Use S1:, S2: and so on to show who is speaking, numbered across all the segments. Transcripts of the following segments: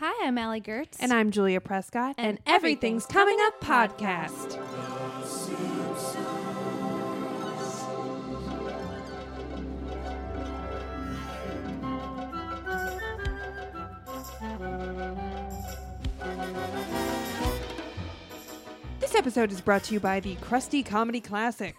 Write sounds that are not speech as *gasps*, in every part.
S1: I'm Allie Gertz.
S2: And I'm Julia Prescott,
S1: And
S2: and, Everything's Coming Up podcast. This episode is brought to you by the Krusty Comedy Classic.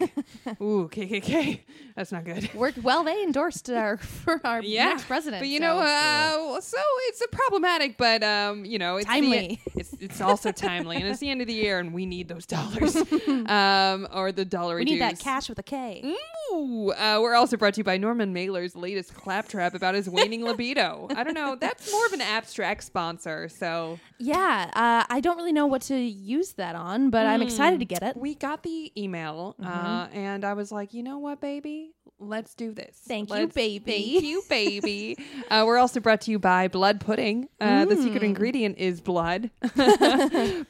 S2: Ooh, KKK. That's not good.
S1: worked well. They endorsed our *laughs* for our next president.
S2: But you
S1: so-
S2: know, uh, so it's a problematic, but um, you know, it's the-
S1: Timely.
S2: it's it's also timely, and it's the end of the year, and we need
S1: *laughs*
S2: those dollars, um, or the dollar.
S1: we need that cash with a
S2: Mm-hmm.
S1: K.
S2: Ooh, uh, we're also brought to you by Norman Mailer's latest claptrap about his waning libido. I don't know. That's more of an abstract sponsor, so
S1: Yeah, uh, I don't really know what to use that on, but I'm excited
S2: Mm.
S1: to get it.
S2: we got the email, uh,
S1: Mm-hmm.
S2: and I was like, you know what, baby, let's do this.
S1: Thank you,
S2: Let's-
S1: baby.
S2: Thank you,
S1: *laughs*
S2: baby. uh, we're also brought to you by Blood Pudding. Uh,
S1: Mm.
S2: The secret ingredient
S1: *laughs*
S2: is blood, *laughs*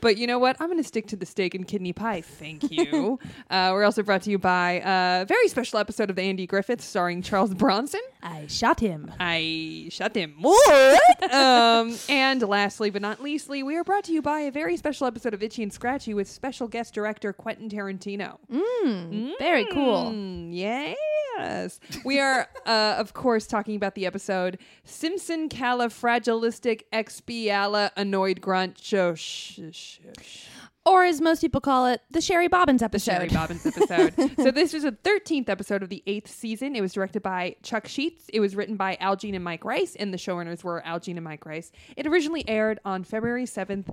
S2: but you know what? I'm going to stick to the steak and kidney pie.
S1: *laughs*
S2: Thank you. uh, we're also brought to you by a very special episode of the Andy Griffith, starring Charles Bronson.
S1: I shot him.
S2: I shut him
S1: *laughs*
S2: more. um, and lastly, but not leastly, we are brought to you by a very special episode of Itchy and Scratchy with special guest director Quentin Tarantino.
S1: Very cool.
S2: Mm, yes. We are, *laughs* uh, of course, talking about the episode Simpson Califragilistic Expiala Annoyed Grunt Show. Sh- sh- sh-
S1: Or as most people call it, the Sherry Bobbins episode.
S2: Jerry Bobbins episode. so this is the 13th episode of the eighth season. It was directed by Chuck Sheets. It was written by Al Jean and Mike Rice, and the showrunners were Al Jean and Mike Rice. It originally aired on February 7th,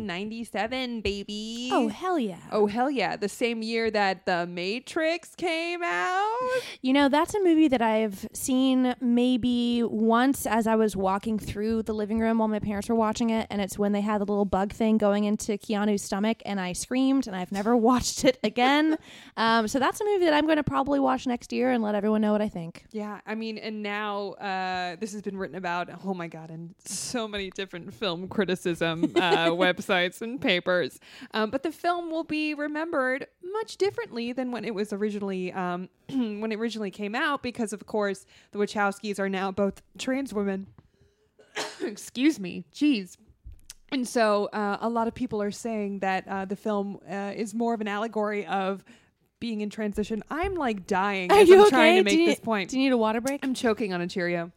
S2: 1997, baby.
S1: oh hell yeah.
S2: Oh, hell yeah. The same year that The Matrix came out.
S1: You know, that's a movie that I've seen maybe once as I was walking through the living room while my parents were watching it. And it's when they had the little bug thing going into Keanu's stomach, and I screamed, and I've never *laughs* watched it again. um, so that's a movie that I'm going to probably watch next year and let everyone know what I think.
S2: Yeah, I mean, and now uh, this has been written about. Oh my god, in so many different film criticism
S1: *laughs*
S2: uh, websites and papers. Um, but the film will be remembered much differently than when it was originally um, *clears throat* when it originally came out, because of course the Wachowskis are now both trans women. *coughs* Excuse me, jeez. And so uh, a lot of people are saying that uh, the film uh, is more of an allegory of being in transition. I'm like dying as I'm trying to make
S1: do you,
S2: this point.
S1: Do you need a water break?
S2: I'm choking on a Cheerio.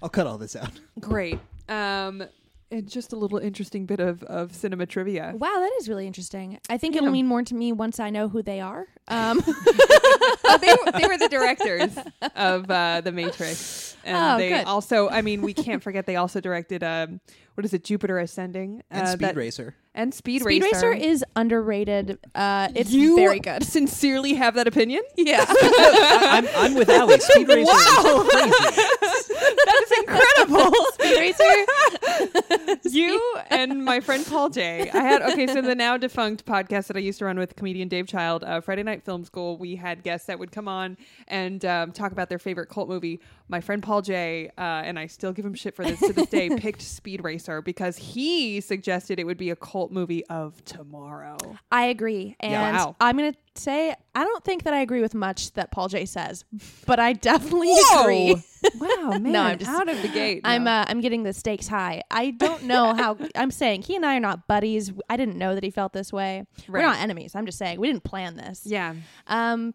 S3: I'll cut all this out.
S2: Great. Um, and just a little interesting bit of, of cinema trivia.
S1: Wow, that is really interesting. I think it'll mean more to me once I know who they are.
S2: *laughs*
S1: Um,
S2: oh, they, were, *laughs* they were the directors of uh, The Matrix. And
S1: Oh,
S2: they
S1: good.
S2: also, I mean, we can't forget they also directed, um, what is it, Jupiter Ascending?
S3: And
S2: uh,
S3: Speed
S2: that-
S3: Racer.
S2: And Speed,
S1: Speed
S2: Racer.
S1: Racer is underrated. Uh, it's
S2: you
S1: very
S2: *laughs*
S1: good.
S2: sincerely have that opinion?
S1: Yeah.
S3: I, am *laughs* I'm with *laughs* Ali. Speed Racer is crazy.
S2: *laughs* That is incredible.
S1: *laughs* Speed Racer.
S2: you and my friend Paul J. I had okay, so the now defunct podcast that I used to run with comedian Dave Child, uh, Friday Night Film School. We had guests that would come on and um, talk about their favorite cult movie. My friend Paul J. Uh, and I still give him shit for this to this *laughs* day. picked Speed Racer because he suggested it would be a cult movie of tomorrow.
S1: I agree. And
S3: Yeah.
S2: Wow.
S1: I'm going to say, I don't think that I agree with much that Paul J says, but I *laughs* definitely agree.
S2: *laughs* wow, man!
S1: No, I'm just-
S2: out of the gate.
S1: I'm
S2: No.
S1: uh, I'm getting the stakes high. I don't know
S2: *laughs*
S1: how I'm saying he and I are not buddies. I didn't know that he felt this way. We're
S2: Right.
S1: not enemies. I'm just saying we didn't plan this.
S2: yeah.
S1: Um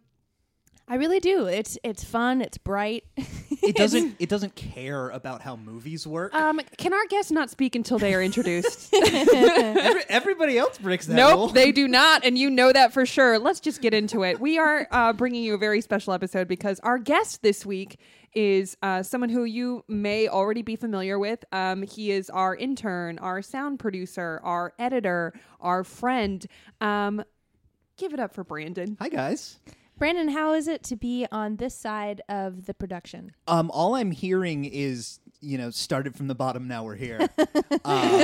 S1: I really do. It's it's fun, it's bright. *laughs*
S3: It doesn't. It doesn't care about how movies work.
S2: Um, can our guests not speak until they are *laughs* introduced?
S3: Every, everybody else breaks that rule. *laughs*
S2: Nope, they do not, and you know that for sure. Let's just get into it. We are uh, bringing you a very special episode because our guest this week is uh, someone who you may already be familiar with. Um, he is our intern, our sound producer, our editor, our friend. Um, give it up for
S3: *laughs*
S2: Brandon.
S3: Hi guys.
S1: Brandon, how is it to be on this side of the production?
S3: Um, all I'm hearing is you know started from the bottom. Now
S2: *laughs*
S3: we're here. Um,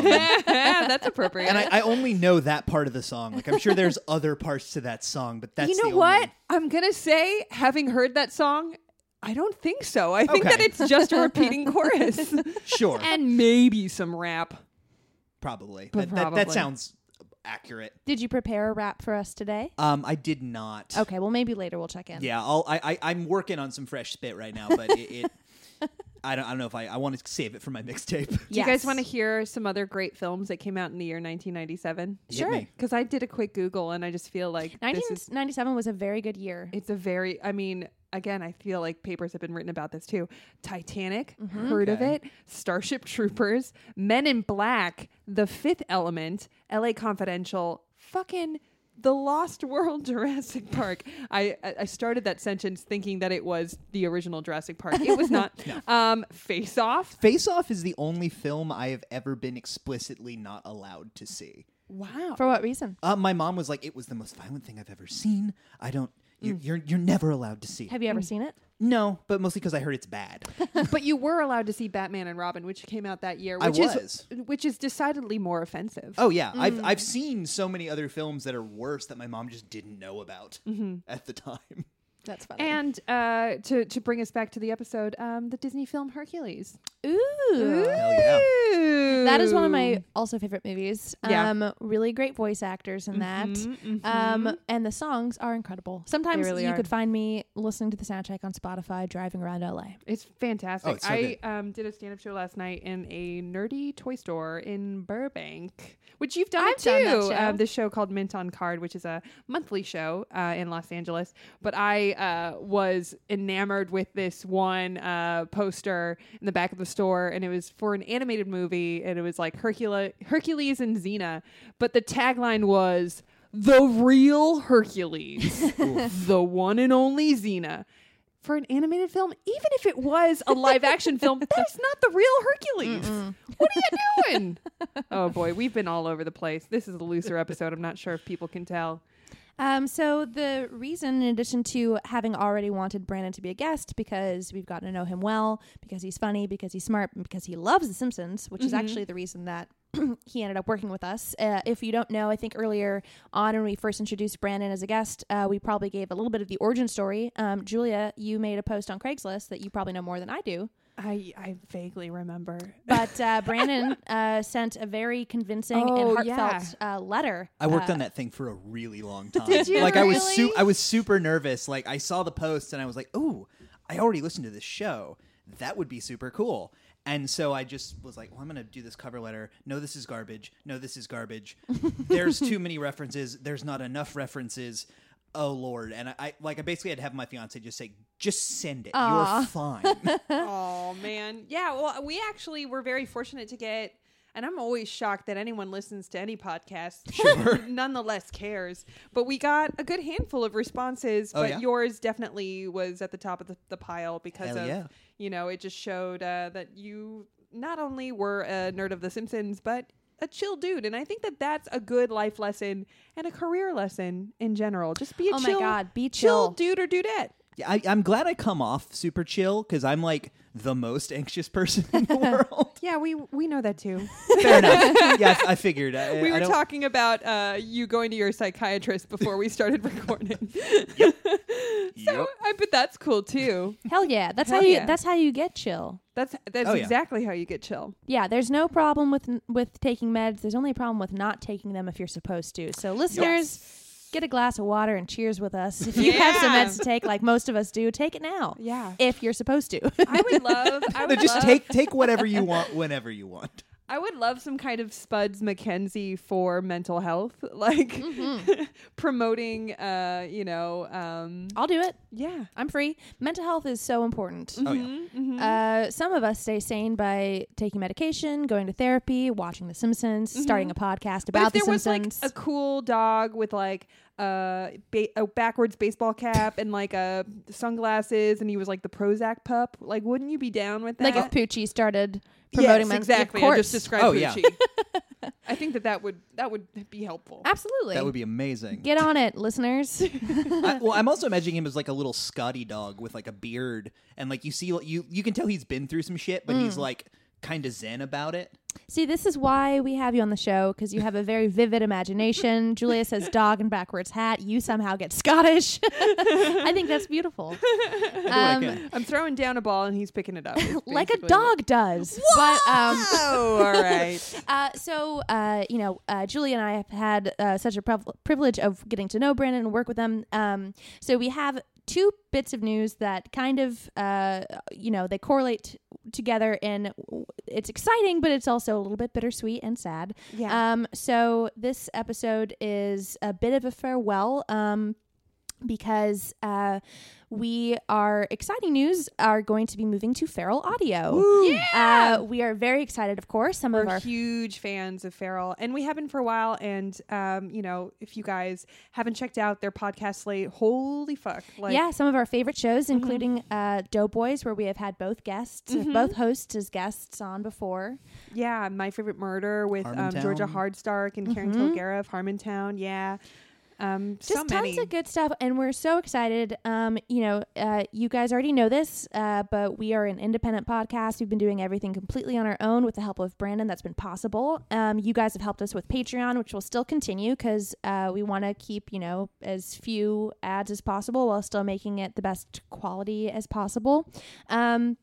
S2: That's appropriate.
S3: and I, I only know that part of the song. Like I'm
S2: *laughs*
S3: sure there's other parts to that song, but that's
S2: you
S3: the
S2: know
S3: only-
S2: what? I'm gonna say, having heard that song, I don't think so. I think that
S3: Okay.
S2: it's just a
S3: *laughs*
S2: repeating chorus *laughs*
S3: Sure,
S2: and maybe some rap.
S3: probably.
S2: But
S3: That, that, that
S2: probably.
S3: sounds accurate.
S1: Did you prepare a rap for us today?
S3: Um, I did not.
S1: Okay, well maybe later we'll check in.
S3: Yeah, I'll, I, I I'm working on some fresh spit right now, but it, it I don't, I don't know if I, I want to save it for my mixtape. *laughs*
S2: Do you guys want to hear some other great films that came out in the year 1997?
S3: Hit
S1: Sure.
S3: me.
S2: Because I did a quick Google and I just feel like this is
S1: 1997 was a very good year.
S2: It's a very, I mean, again, I feel like papers have been written about this too. Titanic, heard of
S3: Mm-hmm. Okay.
S2: it. Starship Troopers, Men in Black, The Fifth Element, LA Confidential, fucking The Lost World *laughs* Jurassic Park. I, I- I started that sentence thinking that it was the original Jurassic Park. It was
S3: *laughs*
S2: not. um, Face Off.
S3: Face Off is the only film I have ever been explicitly not allowed to see.
S2: Wow.
S1: For what reason?
S3: Uh, my mom was like, "It was the most violent thing I've ever seen. I don't. You're you're, you're never allowed to see. it."
S1: Have
S2: Mm.
S1: you ever seen it?
S3: no, but mostly because I heard it's bad.
S2: *laughs* but you were allowed to see Batman and Robin, which came out that year,
S3: I
S2: which
S3: was.
S2: is which is decidedly more offensive.
S3: oh yeah, I've I've seen so many other films that are worse that my mom just didn't know about at the time.
S1: That's funny.
S2: And uh, to to bring us back to the episode, um, the Disney film Hercules.
S1: Ooh.
S3: Hell yeah.
S1: That is one of my also favorite movies.
S2: Yeah. Mm-hmm,
S1: Um, really great voice actors in that. Um, and the songs are incredible. Sometimes
S2: really
S1: you
S2: are.
S1: could find me listening to the soundtrack on Spotify driving around LA.
S2: It's fantastic.
S3: Oh, it's so
S2: I um, did a stand up show last night in a nerdy toy store in Burbank, which you've done
S1: I've
S2: too.
S1: done that show.
S2: Um, this show called Mint on Card, which is a monthly show uh, in Los Angeles. But I uh, was enamored with this one uh, poster in the back of the store, and it was for an animated movie, and it was like Hercula- Hercules and Xena. But the tagline was. The real Hercules, the one and only Xena for an animated film, even if it was a live action film, that is not the real Hercules. What are you doing? oh boy, we've been all over the place. This is a looser episode. I'm not sure if people can tell.
S1: Um, so the reason, in addition to having already wanted Brandon to be a guest because we've gotten to know him well, because he's funny, because he's smart, and because he loves The Simpsons, which is
S2: Mm-hmm.
S1: actually the reason that *clears throat* he ended up working with us. Uh, if you don't know, I think earlier on when we first introduced Brandon as a guest, uh, we probably gave a little bit of the origin story. Um, Julia, you made a post on Craigslist that you probably know more than I
S2: *laughs*
S1: do,
S2: I I vaguely remember.
S1: but uh, Brandon uh, sent a very convincing
S2: Oh,
S1: and heartfelt uh, letter.
S3: I worked
S1: uh,
S3: on that thing for a
S2: *laughs*
S3: really long time.
S2: you
S3: like I was su-
S2: really?
S3: I was super nervous. Like I saw the post and I was like, "Ooh, I already listened to this show. That would be super cool." And so I just was like, "Well, I'm going to do this cover letter. No, this is garbage. No, this
S2: *laughs*
S3: is garbage. There's too many references. There's not enough references." Oh lord. And I, I like I basically had to have my fiance just say, "Just send it. You're
S2: *laughs*
S3: fine."
S2: oh man, yeah. Well, we actually were very fortunate to get. And I'm always shocked that anyone listens to any podcast, *laughs* sure. nonetheless cares. But we got a good handful of responses,
S3: Oh,
S2: but
S3: yeah?
S2: yours definitely was at the top of the, the pile because
S3: Hell
S2: of
S3: yeah.
S2: you know, it just showed uh, that you not only were a nerd of The Simpsons, but a chill dude. And I think that that's a good life lesson and a career lesson in general. Just be a
S1: Oh my
S2: chill,
S1: God, be chill.
S2: dude or dudette.
S3: yeah, I, I'm glad I come off super chill cuz I'm like the most anxious person
S2: *laughs*
S3: in the world.
S2: Yeah, we we know that too. *laughs*
S3: Fair enough. Yeah, I, I figured. I,
S2: we
S3: I
S2: were
S3: don't-
S2: talking about uh, you going to your psychiatrist before we started *laughs* recording. so
S3: Yep.
S2: I bet that's cool too.
S1: Hell yeah, that's
S2: Hell
S1: how you.
S2: yeah.
S1: That's how you get chill.
S2: That's that's
S3: Oh, yeah.
S2: exactly how you get chill.
S1: Yeah, there's no problem with with taking meds. There's only a problem with not taking them if you're supposed to. So listeners, get a glass of water and cheers with us. If you have some
S2: Yeah.
S1: meds to take, like most of us do, take it now.
S2: Yeah.
S1: If you're supposed to.
S2: *laughs*
S1: *laughs*
S2: I would love. I
S3: No,
S2: would
S3: just
S2: love,
S3: take take whatever you
S2: *laughs*
S3: want whenever you want.
S2: I would love some kind of Spuds McKenzie for mental health, *laughs* like Mm-hmm. *laughs* promoting. Uh, you know. Um,
S1: I'll do it.
S2: yeah.
S1: I'm free. Mental health is so important.
S2: Mm-hmm.
S3: Oh yeah.
S1: Uh, some of us stay sane by taking medication, going to therapy, watching The Simpsons, starting a podcast
S2: Mm-hmm. But
S1: about
S2: if there
S1: The
S2: was like
S1: Simpsons.
S2: a cool dog with like uh, ba- a backwards baseball cap and like a sunglasses, and he was like the Prozac pup, like wouldn't you be down with that?
S1: like if Poochie started
S2: Yes,
S1: promoting men-
S2: exactly.
S1: Of course.
S2: I just described
S3: Oh, yeah.
S1: *laughs*
S2: Poochie. I think that that would that would be helpful.
S1: Absolutely.
S3: That would be amazing.
S1: Get on it, listeners.
S3: I, well, I'm also imagining him as like a little Scotty dog with like a beard, and like you see, you you can tell he's been through some shit, but
S2: Mm.
S3: he's like kind of zen about it.
S1: See, this is why we have you on the show because you have a very vivid imagination. Julia says dog and backwards hat. You somehow get Scottish. *laughs* I think that's
S3: *laughs*
S1: beautiful.
S3: I
S1: Um,
S3: can.
S2: I'm throwing down a ball and he's picking it up. is
S1: *laughs* like a
S2: basically
S1: dog does. But um,
S2: Oh, all
S1: *laughs*
S2: right.
S1: uh, so, uh, you know, uh, Julie and I have had uh, such a priv- privilege of getting to know Brandon and work with them. Um, so we have two bits of news that kind of, uh, you know, they correlate together, and w- it's exciting, but it's also a little bit bittersweet and sad.
S2: Yeah.
S1: Um, so this episode is a bit of a farewell. Um, because uh, we are exciting news are going to be moving to Feral Audio. Uh, we are very excited, of course. Some of
S2: We're
S1: our
S2: huge fans of Feral, and we have been for a while. And um, you know, if you guys haven't checked out their podcast late, holy fuck! Like, Mm-hmm.
S1: yeah, some of our favorite shows, including uh, Doughboys, where we have had both guests, both hosts as guests on before.
S2: yeah, my favorite murder with um, Georgia Hardstark and Karen Kilgara of Harmontown. Yeah, um,
S1: Mm-hmm. Just
S2: so
S1: tons
S2: many.
S1: of good stuff, and we're so excited. Um, you know, uh, you guys already know this, uh, but we are an independent podcast. We've been doing everything completely on our own with the help of Brandon. That's been possible. Um, you guys have helped us with Patreon, which will still continue because uh, we want to keep you know as few ads as possible while still making it the best quality as possible. Um,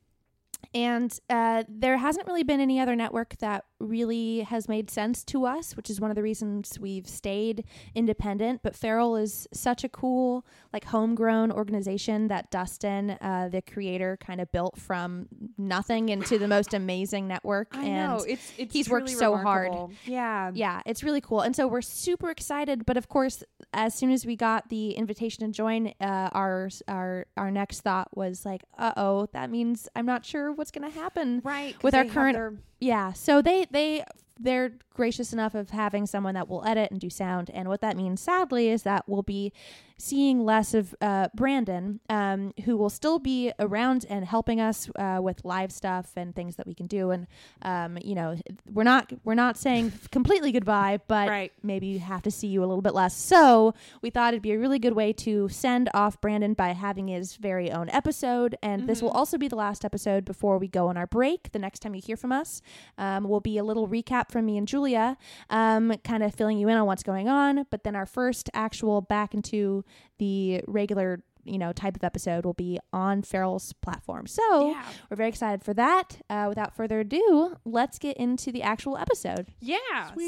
S1: And uh, there hasn't really been any other network that really has made sense to us, which is one of the reasons we've stayed independent. But Feral is such a cool, like, homegrown organization that Dustin, uh, the creator, kind of built from nothing into the most amazing network.
S2: I
S1: and
S2: know it's, it's
S1: he's worked
S2: really
S1: so hard.
S2: remarkable. Yeah,
S1: yeah, it's really cool. And so we're super excited. But of course, as soon as we got the invitation to join, uh, our our our next thought was like, uh oh, that means I'm not sure what's going to happen
S2: right. 'cause
S1: with our
S2: they have
S1: current
S2: their-
S1: yeah. So they they they're gracious enough of having someone that will edit and do sound. And what that means, sadly, is that we'll be seeing less of uh, Brandon, um, who will still be around and helping us uh, with live stuff and things that we can do. And um, you know, we're not we're not saying completely goodbye, but
S2: Right.
S1: maybe you have to see you a little bit less. So we thought it'd be a really good way to send off Brandon by having his very own episode. And this will also be the last episode before we go on our break. The next time you hear from us um, will be a little recap from me and Julia, um, kind of filling you in on what's going on. But then our first actual back into the regular. You know, type of episode will be on Feral's platform. So
S2: Yeah.
S1: we're very excited for that. Uh, without further ado, let's get into the actual episode.
S2: Yeah.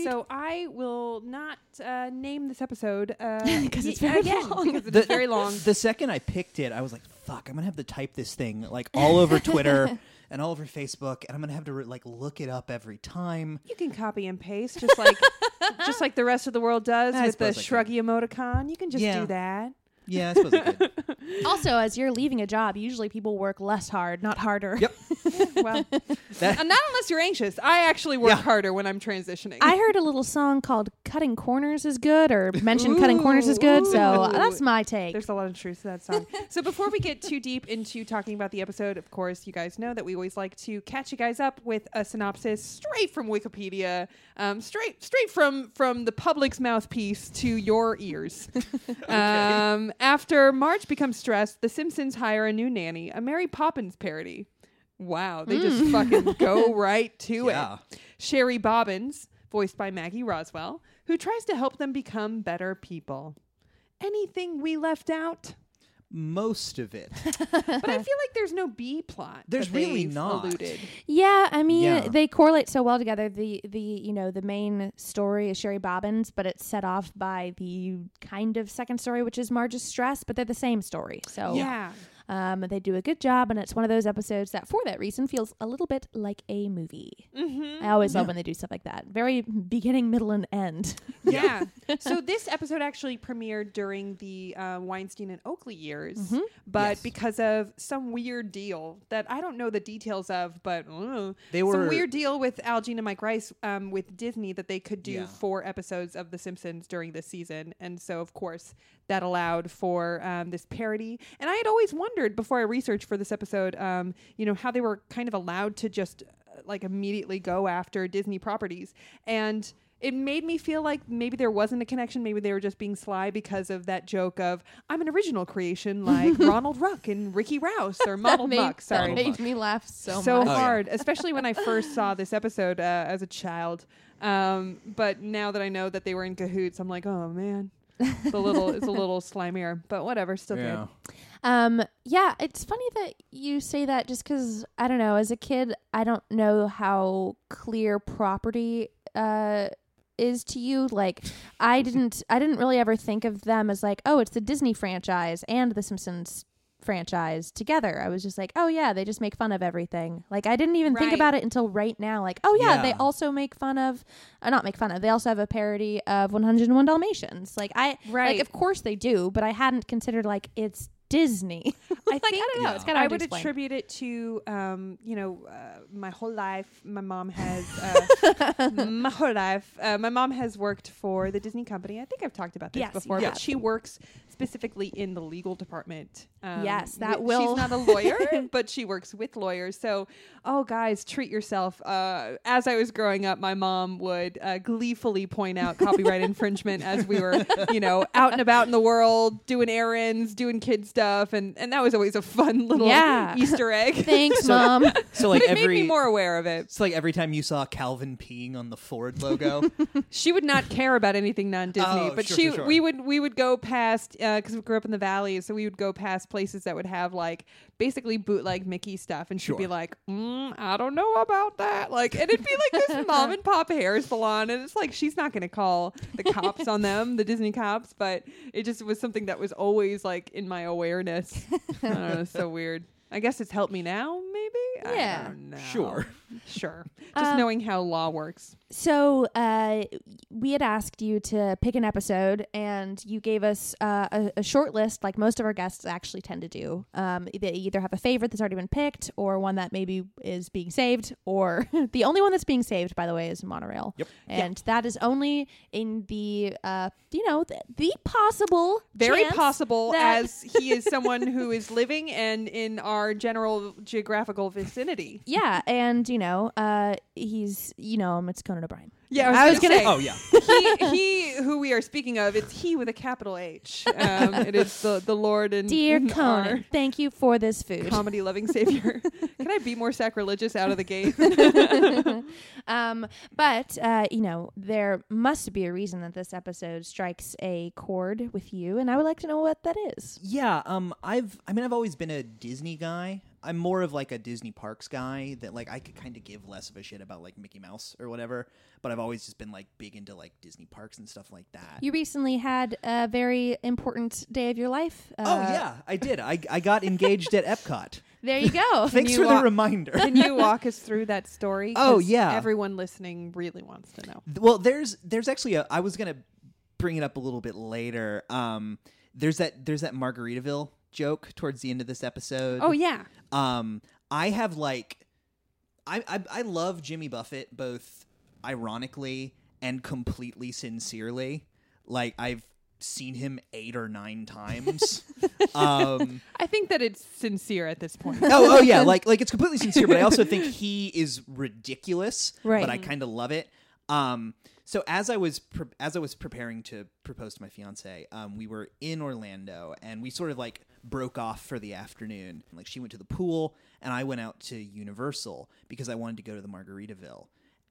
S2: So I will not uh, name this episode
S1: *laughs*
S2: because
S1: it's very long.
S2: Because it's *laughs* very long.
S3: The second I picked it, I was like, "Fuck! I'm gonna have to type this thing like all
S2: *laughs*
S3: over Twitter and all over Facebook, and I'm gonna have to like look it up every time."
S2: You can copy and paste
S1: *laughs*
S2: just like just like the rest of the world does
S3: I
S2: with the
S3: suppose I could.
S2: shruggy emoticon. You can just
S3: Yeah.
S2: do that.
S3: Yeah, I suppose
S2: *laughs*
S3: I could.
S1: also, as you're leaving a job, usually people work less hard, not harder.
S3: Yep.
S2: Well,
S3: That-
S2: uh, not unless you're anxious. I actually work
S3: Yeah.
S2: harder when I'm transitioning.
S1: *laughs* I heard a little song called "Cutting Corners is Good" or mentioned "Cutting Corners is Good," so uh,
S2: Ooh.
S1: that's my take.
S2: There's a lot of truth to that song. so before we get too deep into talking about the episode, of course, you guys know that we always like to catch you guys up with a synopsis straight from Wikipedia, um, straight straight from from the public's mouthpiece to your ears. um, after Marge becomes stressed, the Simpsons hire a new nanny, a Mary Poppins parody. Wow, they just fucking
S3: *laughs*
S2: go right to
S3: Hmm. Yeah.
S2: it. Sherry Bobbins, voiced by Maggie Roswell, who tries to help them become better people anything we left out?
S3: Most of it.
S2: But
S3: *laughs*
S2: I feel like there's no B plot.
S3: There's
S2: that
S3: really
S2: they've
S3: not.
S2: alluded.
S1: yeah, I mean,
S3: Yeah.
S1: they correlate so well together. The the you know the main story is Sherry Bobbins, but it's set off by the kind of second story, which is Marge's stress. But they're the same story, so
S2: Yeah.
S1: um, they do a good job, and it's one of those episodes that, for that reason, feels a little bit like a movie.
S2: Mm-hmm.
S1: I always love when they do stuff like that. Very beginning, middle, and end.
S2: Yeah. *laughs* so this episode actually premiered during the uh, Weinstein and Oakley years, but
S3: Yes.
S2: because of some weird deal that I don't know the details of, but uh,
S3: They
S2: some
S3: were-
S2: weird deal with Al Jean and Mike Rice um, with Disney that they could do
S3: Yeah.
S2: four episodes of The Simpsons during this season, and so of course that allowed for um, this parody. And I had always wondered before I researched for this episode, um, you know, how they were kind of allowed to just uh, like immediately go after Disney properties and it made me feel like maybe there wasn't a connection. Maybe they were just being sly because of that joke of I'm an original creation like Ronald Ruck and Ricky Rouse or Model
S1: made-
S2: Muck. Sorry,
S1: that made me laugh so, much.
S3: Oh, yeah.
S2: hard, especially when I first saw this episode uh, as a child. Um, but now that I know that they were in cahoots, I'm like, oh man, it's a little, it's
S1: *laughs*
S2: a little slimier. But whatever, still
S3: Yeah.
S2: good.
S1: Um, yeah, it's funny that you say that just because I don't know. As a kid, I don't know how clear property uh, is to you like i didn't i didn't really ever think of them as like oh it's the disney franchise and the simpsons franchise together i was just like oh yeah they just make fun of everything like i didn't even think
S2: Right.
S1: about it until right now like oh yeah, they
S3: Yeah.
S1: also make fun of uh, not make fun of they also have a parody of 101 dalmatians like i
S2: Right.
S1: like of course they do but i hadn't considered like it's disney *laughs* like i don't know
S3: Yeah.
S1: it's kind of
S2: I
S1: hard
S2: would
S1: to explain. *laughs*
S2: attribute it to, um, you know, uh, my whole life. My mom has
S1: *laughs*
S2: uh, my whole life. Uh, my mom has worked for the Disney company. I think I've talked about this
S1: Yes, you
S2: before,
S1: have.
S2: but she works specifically in the legal department. Um,
S1: Yes, that
S2: wi-
S1: will-
S2: She's not a *laughs* lawyer, but she works with lawyers. So, oh, guys, treat yourself. Uh, as I was growing up, my mom would uh, gleefully point out *laughs* copyright infringement as we were, you know, out and about in the world, doing errands, doing kid stuff, and and that was always a fun little
S1: Yeah.
S2: Easter egg.
S1: thanks mom
S2: But
S3: So like
S2: it
S3: every
S2: made me more aware of it.
S3: It's like every time you saw Calvin peeing on the Ford logo. *laughs*
S2: She would not care about anything non-Disney,
S3: Oh,
S2: but
S3: sure,
S2: she
S3: sure, sure.
S2: we would we would go past because we grew up in the valley, so we would go past places that would have like basically bootleg Mickey stuff, and she'd be
S3: Sure.
S2: like, mm, "I don't know about that," like, and it'd be like
S3: *laughs*
S2: this mom and pop hair salon, and it's like she's not going to call the cops on them, the Disney cops, but it just was something that was always like in my awareness. I don't know, it's
S3: *laughs*
S2: so weird. I guess it's helped me now, maybe.
S1: Yeah.
S2: I don't know.
S3: Sure.
S2: sure. Just
S1: Um,
S2: knowing how law works.
S1: *laughs* So uh, we had asked you to pick an episode, and you gave us uh, a, a short list, like most of our guests actually tend to do. Um, they either have a favorite that's already been picked, or one that maybe is being saved, or *laughs* the only one that's being saved, by the way, is Monorail.
S3: Yep.
S1: And that is only in the uh, you know the, the possible,
S2: very
S1: chance
S2: possible
S1: that-
S2: as he is someone who is living and in our general geographical vicinity.
S1: Yeah, and you know uh, he's you know him. It's Conan O'Brien.
S2: Yeah,
S1: I was gonna-
S3: oh yeah.
S1: *laughs*
S2: he, he who we are speaking of, it's he with a capital H. Um, it is the, the Lord and
S1: Dear
S2: and
S1: Conan, thank you for this
S2: our
S1: food.
S2: comedy
S1: *laughs*
S2: loving savior. Can I be more sacrilegious out of the gate?
S1: um, but uh, you know, there must be a reason that this episode strikes a chord with you, and I would like to know what that is.
S3: Yeah, um I've I mean I've always been a Disney guy. I'm more of like a Disney parks guy that like I could kind of give less of a shit about like Mickey Mouse or whatever, but I've always just been like big into like Disney parks and stuff like that.
S1: You recently had a very important day of your life. Uh,
S3: oh yeah, I did. I I got engaged
S1: *laughs*
S3: at Epcot.
S1: there you
S2: *laughs*
S1: uh, go.
S3: Thanks
S2: you
S3: for
S2: wa-
S1: *laughs*
S3: the reminder.
S2: Can you walk us through that story?
S3: Oh,
S2: 'Cause
S3: yeah.
S2: Everyone listening really wants to know.
S3: Th- well there's there's actually a i was gonna bring it up a little bit later um there's that there's that margaritaville joke towards the end of this episode
S2: Oh, yeah.
S3: um i have like I, I i love jimmy buffett both ironically and completely sincerely like i've seen him eight or nine times um
S2: I think that it's sincere at
S1: *laughs*
S2: this point.
S3: *laughs* oh, oh yeah, like like it's completely sincere, but I also think he is ridiculous.
S1: Right.
S3: But I kind of love it. Um, so as I was pre- as I was preparing to propose to my fiance, um, we were in Orlando and we sort of like broke off for the afternoon. Like she went to the pool and I went out to Universal because I wanted to go to the Margaritaville.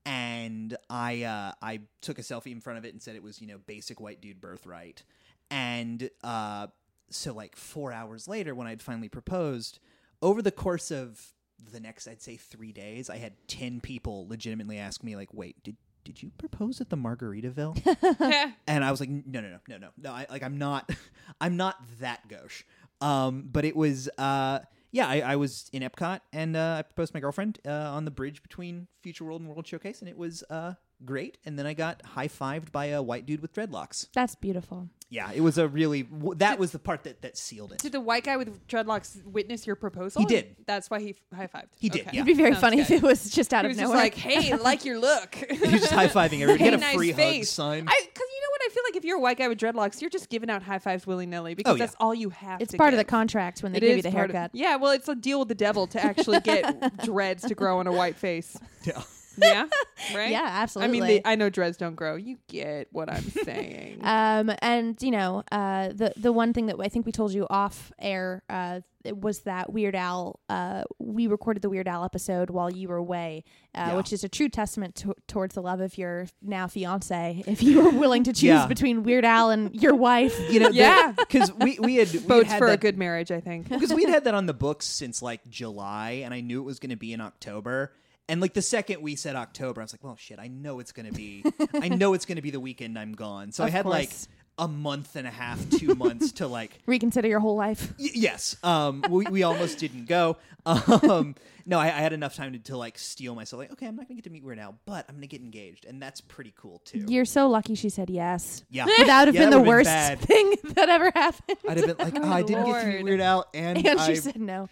S3: And I uh, I took a selfie in front of it and said it was you know basic white dude birthright. And uh, so like four hours later, when I'd finally proposed, over the course of the next i'd say three days i had 10 people legitimately ask me like wait did did you propose at
S2: *laughs*
S3: the margaritaville and i was like no no no no no no i like i'm not *laughs* i'm not that gauche um but it was uh yeah i, I was in epcot and uh, i proposed to my girlfriend uh, on the bridge between future world and world showcase and it was uh great and then i got high-fived by a white dude with dreadlocks
S1: That's beautiful.
S3: yeah it was a really w- that was the part that that sealed it
S2: Did the white guy with dreadlocks witness your proposal?
S3: He did.
S2: That's why he high fived.
S3: He did, yeah.
S1: It'd be very
S2: Sounds
S1: funny if
S2: good.
S1: it was just out of
S2: He was just
S1: nowhere.
S2: like, "Hey,
S1: *laughs*
S2: like your
S3: *laughs*
S2: look."
S3: he was just high-fiving
S2: *laughs*
S3: everybody he had a
S2: nice
S3: free hug
S2: face.
S3: sign
S2: I, because you know what, I feel like if you're a white guy with dreadlocks, you're just giving out high fives willy nilly because
S3: Oh, yeah.
S2: that's all you have.
S1: it's
S2: to
S1: part of the
S2: give.
S1: contract when they
S2: It
S1: give you
S2: is
S1: the
S2: part of-
S1: haircut.
S2: yeah, well, it's a deal with the devil to
S1: *laughs*
S2: actually get dreads to grow on a white face.
S3: *laughs* yeah
S2: Yeah, right.
S1: Yeah, absolutely.
S2: I mean, the, I know dreads don't grow. You get what
S1: *laughs*
S2: I'm saying.
S1: Um, and you know, uh, the the one thing that I think we told you off air uh, it was that Weird Al. Uh, we recorded the Weird Al episode while you were away, uh,
S3: Yeah.
S1: which is a true testament to- towards the love of your now fiance. If you were willing to choose
S3: Yeah.
S1: between Weird Al and your wife,
S2: *laughs*
S3: you know
S2: Yeah.
S3: because we we had we
S2: Bodes
S3: had
S2: for a
S3: *laughs* that,
S2: good marriage, I think.
S3: because we'd had that on the books since like July, and I knew it was going to be in October. And like the second we said October, I was like, well, shit, I know it's going to be, I know it's going to be the weekend I'm gone. So I
S1: Of
S3: had like
S1: course.
S3: a month and a half,
S1: *laughs*
S3: two months to like
S1: Reconsider your whole life.
S3: Y- yes. Um, we, we almost didn't go. Um, no, I, I had enough time to, to like steal myself. Like, okay, I'm not gonna get to meet Weird Al, but I'm gonna get engaged, and that's pretty cool too.
S1: You're so lucky she said yes.
S3: *laughs* Yeah.
S1: That would have
S3: Yeah,
S1: been
S3: that
S1: the
S3: would've
S1: worst
S3: bad.
S1: *laughs* thing that ever happened.
S3: I'd
S1: *laughs*
S3: have been like, oh, I didn't get to meet
S2: Lord.
S3: Weird Al, and,
S1: And
S3: *laughs* I.
S1: she
S3: *laughs*
S1: said no.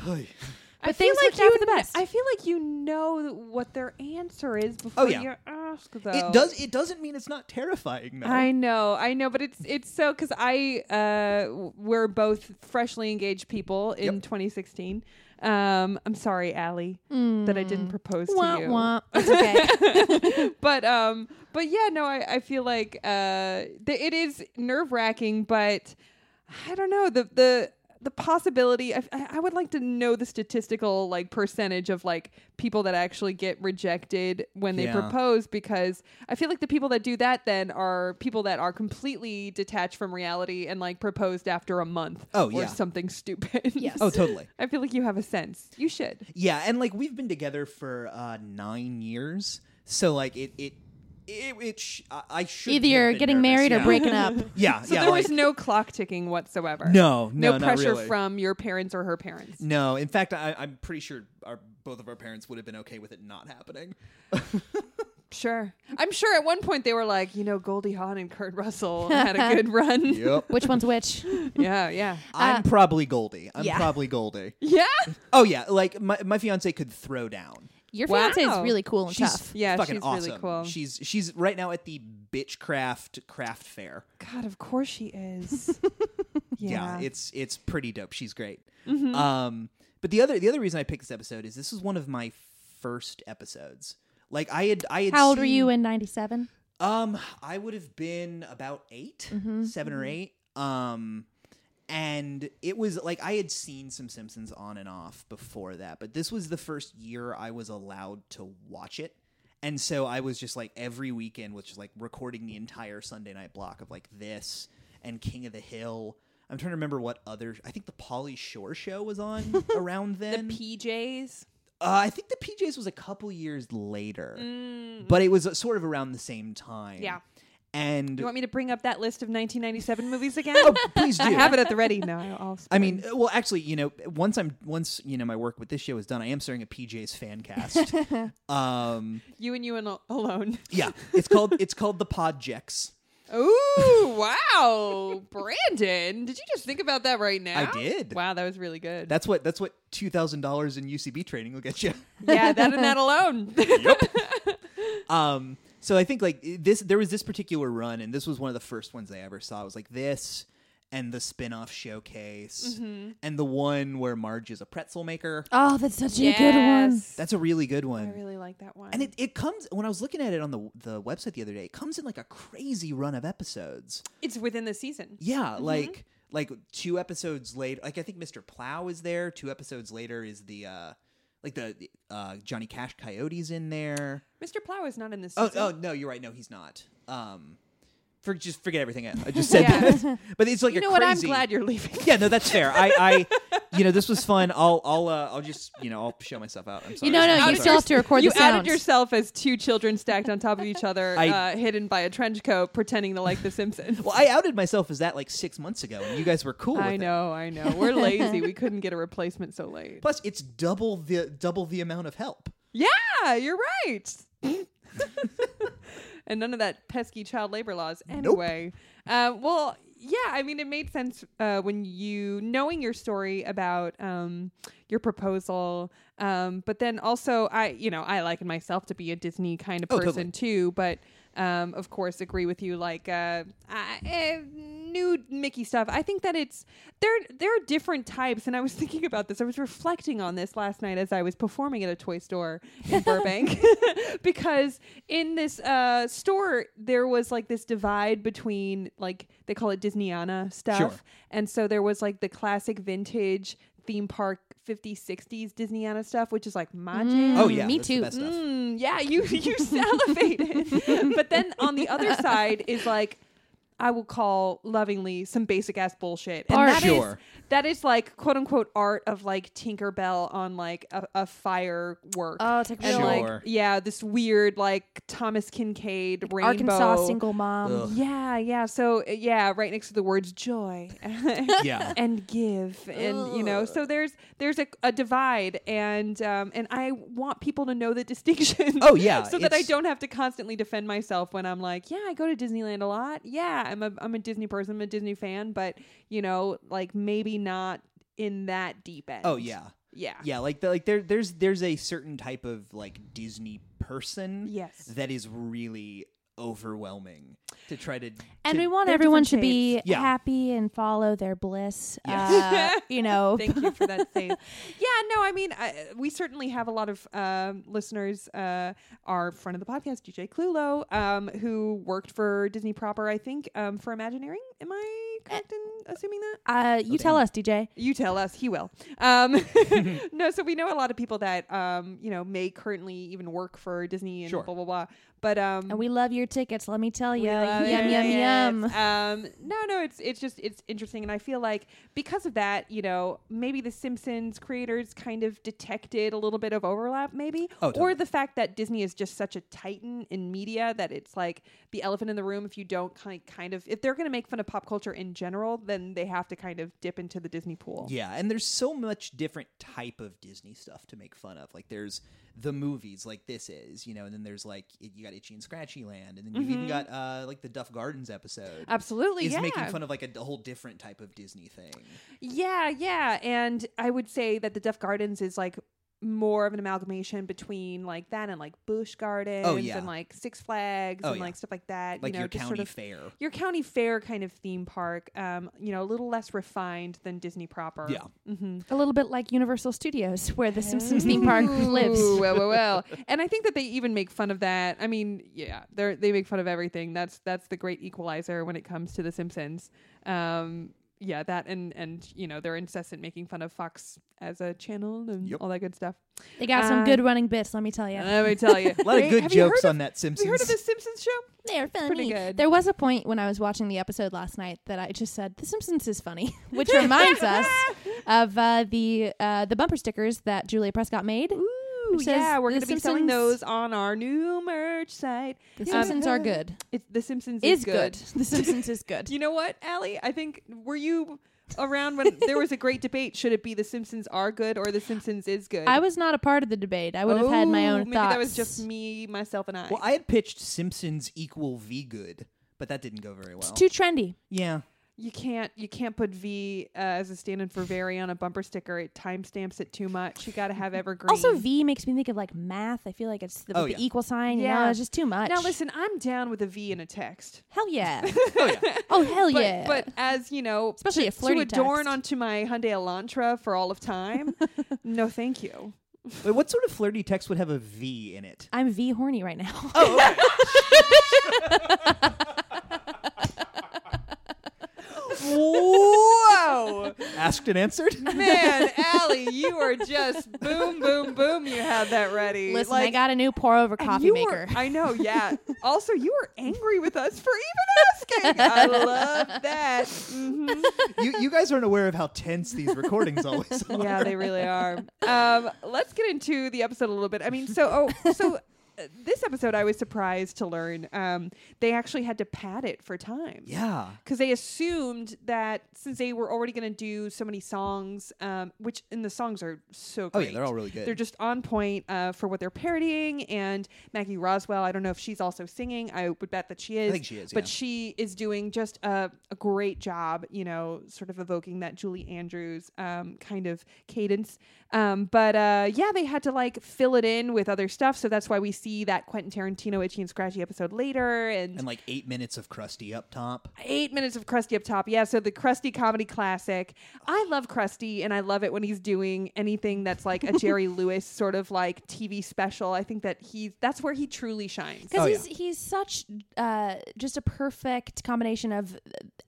S2: I
S1: But
S2: feel
S1: things
S2: like
S1: worked out
S2: you.
S1: for the
S2: kn-
S1: best. Oh,
S2: I feel like you know what their answer is before
S3: yeah.
S2: you ask. Though
S3: it does. It doesn't mean it's not terrifying, though.
S2: I know, I know, but it's it's so because I uh, w- we're both freshly engaged people in
S3: Yep.
S2: 2016. Um, I'm sorry, Allie, that I didn't propose
S1: Hmm. Wah,
S2: to you.
S3: *laughs*
S1: wah. It's okay.
S2: but um but yeah no i, I feel like uh th- it is nerve wracking but i don't know the the the possibility I, I I would like to know the statistical like percentage of like people that actually get rejected when they
S3: Yeah.
S2: propose because i feel like the people that do that then are people that are completely detached from reality and like proposed after a month
S3: Oh,
S2: or
S3: yeah.
S2: something stupid
S1: Yes.
S3: oh, totally.
S2: *laughs* i feel like you have a sense you should
S3: Yeah, and like we've been together for uh, nine years, so like it it it, it sh- I- I should
S1: Either
S3: have
S1: you're
S3: been
S1: getting
S3: nervous,
S1: married
S3: yeah.
S1: or breaking up.
S3: *laughs* Yeah,
S2: so
S3: yeah.
S2: there
S3: like-
S2: was no clock ticking whatsoever
S3: no, no,
S2: Uh, no,
S3: not
S2: pressure
S3: really.
S2: from your parents or her parents.
S3: No, in fact, I, I'm pretty sure our both of our parents would have been okay with it not happening.
S2: Sure. I'm sure at one point they were like, you know, Goldie Hawn and Kurt *laughs* Russell had a good run.
S3: Yep.
S1: Which one's which?
S2: *laughs* yeah, yeah.
S3: *laughs* I'm probably Goldie. I'm
S1: yeah.
S3: probably Goldie.
S2: Yeah?
S3: Oh yeah, like my my fiance could throw down.
S1: Your
S2: Wow.
S1: fiance is really cool and
S3: She's
S1: tough.
S2: Yeah,
S3: fucking
S2: she's
S3: awesome.
S2: really cool.
S3: She's she's right now at the Bitchcraft Craft Fair.
S2: God, of course she is. *laughs* yeah.
S3: Yeah, it's it's pretty dope. She's great.
S1: Mm-hmm.
S3: Um, but the other the other reason I picked this episode is this was one of my first episodes. Like I had I had
S1: How old were
S3: seen-
S1: you in 97?
S3: Um, I would have been about 8 seven or eight. Um, and it was like I had seen some Simpsons on and off before that, but this was the first year I was allowed to watch it. And so I was just like every weekend was just like recording the entire Sunday night block of like this and King of the Hill. I'm trying to remember what other. I think the Polly Shore show was on around then.
S2: PJs.
S3: Uh, I think the PJs was a couple years later, but it was uh, sort of around the same time.
S2: Mm. Yeah.
S3: And
S2: You want me to bring up that list of 1997 movies again?
S3: *laughs* oh, *laughs* please do.
S2: I *laughs* have it at the ready. No, I'll. I'll
S3: I mean, uh, well, actually, you know, once I'm once you know my work with this show is done, I am starting a PJs
S2: *laughs*
S3: fan cast. um,
S2: you and you and al- alone.
S3: yeah, it's called it's called the Podjects.
S2: *laughs* Ooh, wow, Brandon! Did you just think about that right now?
S3: I did.
S2: Wow, that was really good.
S3: That's what that's what two thousand dollars in UCB training will get you.
S2: yeah, that and that
S3: *laughs*
S2: alone.
S3: um, so I think like this, there was this particular run, and this was one of the first ones I ever saw. It was like this and the spin-off showcase
S2: Mm-hmm.
S3: and the one where Marge is a pretzel maker.
S1: Oh, that's such a good one.
S3: That's a really good one.
S2: I really like that one.
S3: And it, it comes when I was looking at it on the the website the other day. It comes in like a crazy run of episodes.
S2: it's within the season.
S3: Yeah, like like two episodes later. Like I think Mr. Plow is there. Two episodes later is the uh like the the, uh Johnny Cash Coyotes in there.
S2: Mr. Plow is not in this
S3: Oh
S2: season.
S3: oh no, you're right. No, he's not. Um, for just forget everything I, I just said.
S2: Yeah.
S3: that. *laughs* But it's like
S2: you
S3: a
S2: know
S3: crazy.
S2: what? I'm glad you're leaving.
S3: yeah, no, that's fair. I, I, you know, this was fun. I'll, I'll, uh, I'll just, you know, I'll show myself out. I'm
S1: You
S3: sorry.
S1: know, no,
S2: Outed
S1: you still have to record
S2: you
S1: the
S2: outed
S1: sounds.
S2: yourself as two children stacked on top of each other,
S3: I-
S2: uh, hidden by a trench coat, pretending to like The Simpsons.
S3: Well, I outed myself as that like six months ago, and you guys were cool. with
S2: I
S3: it.
S2: know, I know. We're lazy. we couldn't get a replacement so late.
S3: Plus, it's double the double the amount of help.
S2: yeah, you're right. *laughs* and none of that pesky child labor laws. Anyway, uh, well, yeah, I mean, it made sense uh, when you knowing your story about um, your proposal, um, but then also I, you know, I liken myself to be a Disney kind of
S3: Oh,
S2: person
S3: totally.
S2: too, but. Um, of course, agree with you. Like uh, I, uh, new Mickey stuff. I think that it's there. There are different types, and I was *laughs* thinking about this. I was reflecting on this last night as I was performing at a toy store
S3: *laughs*
S2: in Burbank, *laughs* because in this uh, store there was like this divide between like they call it Disneyana stuff,
S3: Sure.
S2: and so there was like the classic vintage theme park 50s 60s Disneyana stuff, which is like my jam.
S3: Oh yeah,
S1: me
S3: that's the
S1: too.
S3: best stuff.
S2: hmm, *laughs* Mm, yeah, you you salivated. but then on the other side is like I will call lovingly some basic ass bullshit.
S1: Art.
S2: And that is-
S3: Sure.
S2: that is like quote unquote art of like Tinkerbell on like a, a firework.
S1: Oh, it's like
S2: and
S1: real
S2: like
S3: Sure.
S2: yeah, this weird like Thomas Kincaid rainbow.
S1: Arkansas single mom.
S3: Ugh.
S2: Yeah, yeah. So uh, yeah, right next to the words joy
S3: Yeah.
S2: *laughs* and give and you know, so there's there's a, a divide and um and I want people to know the *laughs* distinction.
S3: Oh, yeah,
S2: so that I
S3: it's-
S2: don't have to constantly defend myself when I'm like, yeah, I go to Disneyland a lot. Yeah, I'm a I'm a Disney person, I'm a Disney fan, but you know, like maybe not in that deep end.
S3: Oh yeah.
S2: Yeah.
S3: Yeah, like the, like there there's there's a certain type of like Disney person
S2: Yes.
S3: that is really overwhelming to try to
S1: And
S3: to-
S1: we want
S2: They're
S1: everyone to
S2: different
S1: be
S3: Yeah.
S1: happy and follow their bliss.
S3: Yes.
S2: *laughs*
S1: Uh, you know,
S2: Thank you for that save. Yeah, no, I mean, I, we certainly have a lot of um, listeners. Uh, our friend of the podcast, DJ Clulo, um, who worked for Disney proper, I think, um, for Imagineering. Am I correct in assuming that?
S1: uh, you tell us, DJ.
S2: You tell us. He will. Um, *laughs* no, so we know a lot of people that um, you know may currently even work for Disney and
S3: Sure.
S2: blah blah blah. But um,
S1: And we love your tickets. Let me tell you,
S2: we
S1: yum
S2: love
S1: yum
S2: it.
S1: yum.
S2: Um, no, no, it's it's just it's interesting, and I feel like because of that, you know, maybe the Simpsons creators kind of detected a little bit of overlap, maybe,
S3: Oh,
S2: or
S3: totally.
S2: the fact that Disney is just such a titan in media that it's like the elephant in the room. If you don't kind kind of if they're going to make fun of pop culture in general, then they have to kind of dip into the Disney pool.
S3: Yeah, and there's so much different type of Disney stuff to make fun of. Like there's the movies, like this is, you know, and then there's like it- you got Itchy and Scratchy Land, and then you've
S2: Mm-hmm.
S3: even got uh, like the Duff Gardens episode.
S2: Absolutely,
S3: is
S2: yeah.
S3: making fun of like a, d- whole different type of Disney thing.
S2: Yeah, yeah. And I would say that the Duff Gardens is like more of an amalgamation between like that and like Bush Gardens
S3: Oh, yeah.
S2: and like Six Flags
S3: Oh,
S2: and
S3: yeah.
S2: like stuff like that.
S3: Like
S2: you know,
S3: your
S2: just
S3: county
S2: sort of
S3: fair.
S2: *laughs* your county fair kind of theme park. Um, you know, a little less refined than Disney proper.
S3: Yeah.
S2: Mm-hmm.
S1: A little bit like Universal Studios, where the Simpsons theme park lives.
S2: Ooh, *laughs* well, well, well. And I think that they even make fun of that. I mean, yeah, they are they make fun of everything. That's that's the great equalizer when it comes to The Simpsons. Um, yeah, that and and you know they're incessant making fun of Fox as a channel and
S3: Yep.
S2: all that good stuff.
S1: They got some
S2: Uh,
S1: good running bits. Let me tell you,
S2: And let me tell you,
S3: *laughs* A lot of
S2: Wait,
S3: good
S2: have you heard
S3: jokes
S2: of-
S3: on that
S2: Have
S3: Simpsons.
S2: you heard of the Simpsons show?
S1: they're funny.
S2: pretty good.
S1: There was a point when I was watching the episode last night that I just said, "The Simpsons is funny," *laughs*
S2: *laughs*
S1: which reminds us of uh, the uh, the bumper stickers that Julia Prescott made.
S2: Ooh,
S1: It says
S2: yeah, we're
S1: The
S2: going to be selling
S1: Simpsons-
S2: those on our new merch site.
S1: The
S2: Um,
S1: Simpsons are good.
S2: It's the Simpsons
S1: Is good.
S2: *laughs*
S1: The Simpsons is good.
S2: You know what, Allie? I think were you around when there was a great debate? Should it be the Simpsons are good or the Simpsons is good?
S1: I was not a part of the debate. I would have had my
S2: Oh,
S1: own
S2: Maybe
S1: thoughts.
S2: that was just me, myself, and I.
S3: well, I had pitched Simpsons equal V good, but that didn't go very well.
S1: It's too trendy.
S3: yeah.
S2: you can't you can't put V uh, as a stand-in for very on a bumper sticker. It timestamps it too much. You got to have evergreen.
S1: Also, V makes me think of like math. I feel like it's the,
S3: Oh,
S1: with the
S3: yeah.
S1: equal sign. Yeah,
S2: Yeah.
S1: it's just too much.
S2: Now listen, I'm down with a V in a text.
S1: Hell
S2: *laughs*
S1: yeah.
S3: Oh yeah.
S1: *laughs* oh hell
S2: But,
S1: yeah.
S2: but as you know,
S1: Especially
S2: to,
S1: a flirty
S2: to adorn
S1: text.
S2: onto my Hyundai Elantra for all
S1: *laughs*
S2: of time. no, thank you.
S3: Wait, what sort of flirty text would have a V in it?
S1: I'm V horny right now.
S3: Oh, okay.
S2: *laughs* Whoa.
S3: *laughs* Asked and answered.
S2: Man, Allie, you are just boom, boom, boom. You had that ready.
S1: *laughs* Listen, I
S2: Like,
S1: got a new pour over
S2: and
S1: coffee
S2: you
S1: maker.
S2: Were,
S1: *laughs*
S2: I know, yeah. also, you were angry with us for even asking. I love that. Mhm.
S3: you, you guys aren't aware of how tense these
S2: *laughs*
S3: recordings always are.
S2: Yeah, they really are. Um, let's get into the episode a little bit. I mean, so oh, so uh, this episode, I was surprised to learn um, they actually had to pad it for time.
S3: Yeah.
S2: because they assumed that since they were already going to do so many songs, um, which and the songs are so
S3: Oh,
S2: great.
S3: yeah, they're all really good.
S2: They're just on point uh, for what they're parodying. And Maggie Roswell, I don't know if she's also singing. I would bet that she is.
S3: think she is,
S2: But
S3: yeah.
S2: she is doing just a, a great job, you know, sort of evoking that Julie Andrews um, kind of cadence. Um, but uh, yeah, they had to like fill it in with other stuff. So that's why we see that Quentin Tarantino itchy and scratchy episode later.
S3: And like eight minutes of crusty up top.
S2: Eight minutes of Krusty up top. Yeah, so the Krusty comedy classic. I love Krusty, and I love it when he's doing anything that's like a Jerry Lewis sort of like TV special. I think that he that's where he truly shines.
S1: because
S3: Oh,
S1: he's he's such uh, just a perfect combination of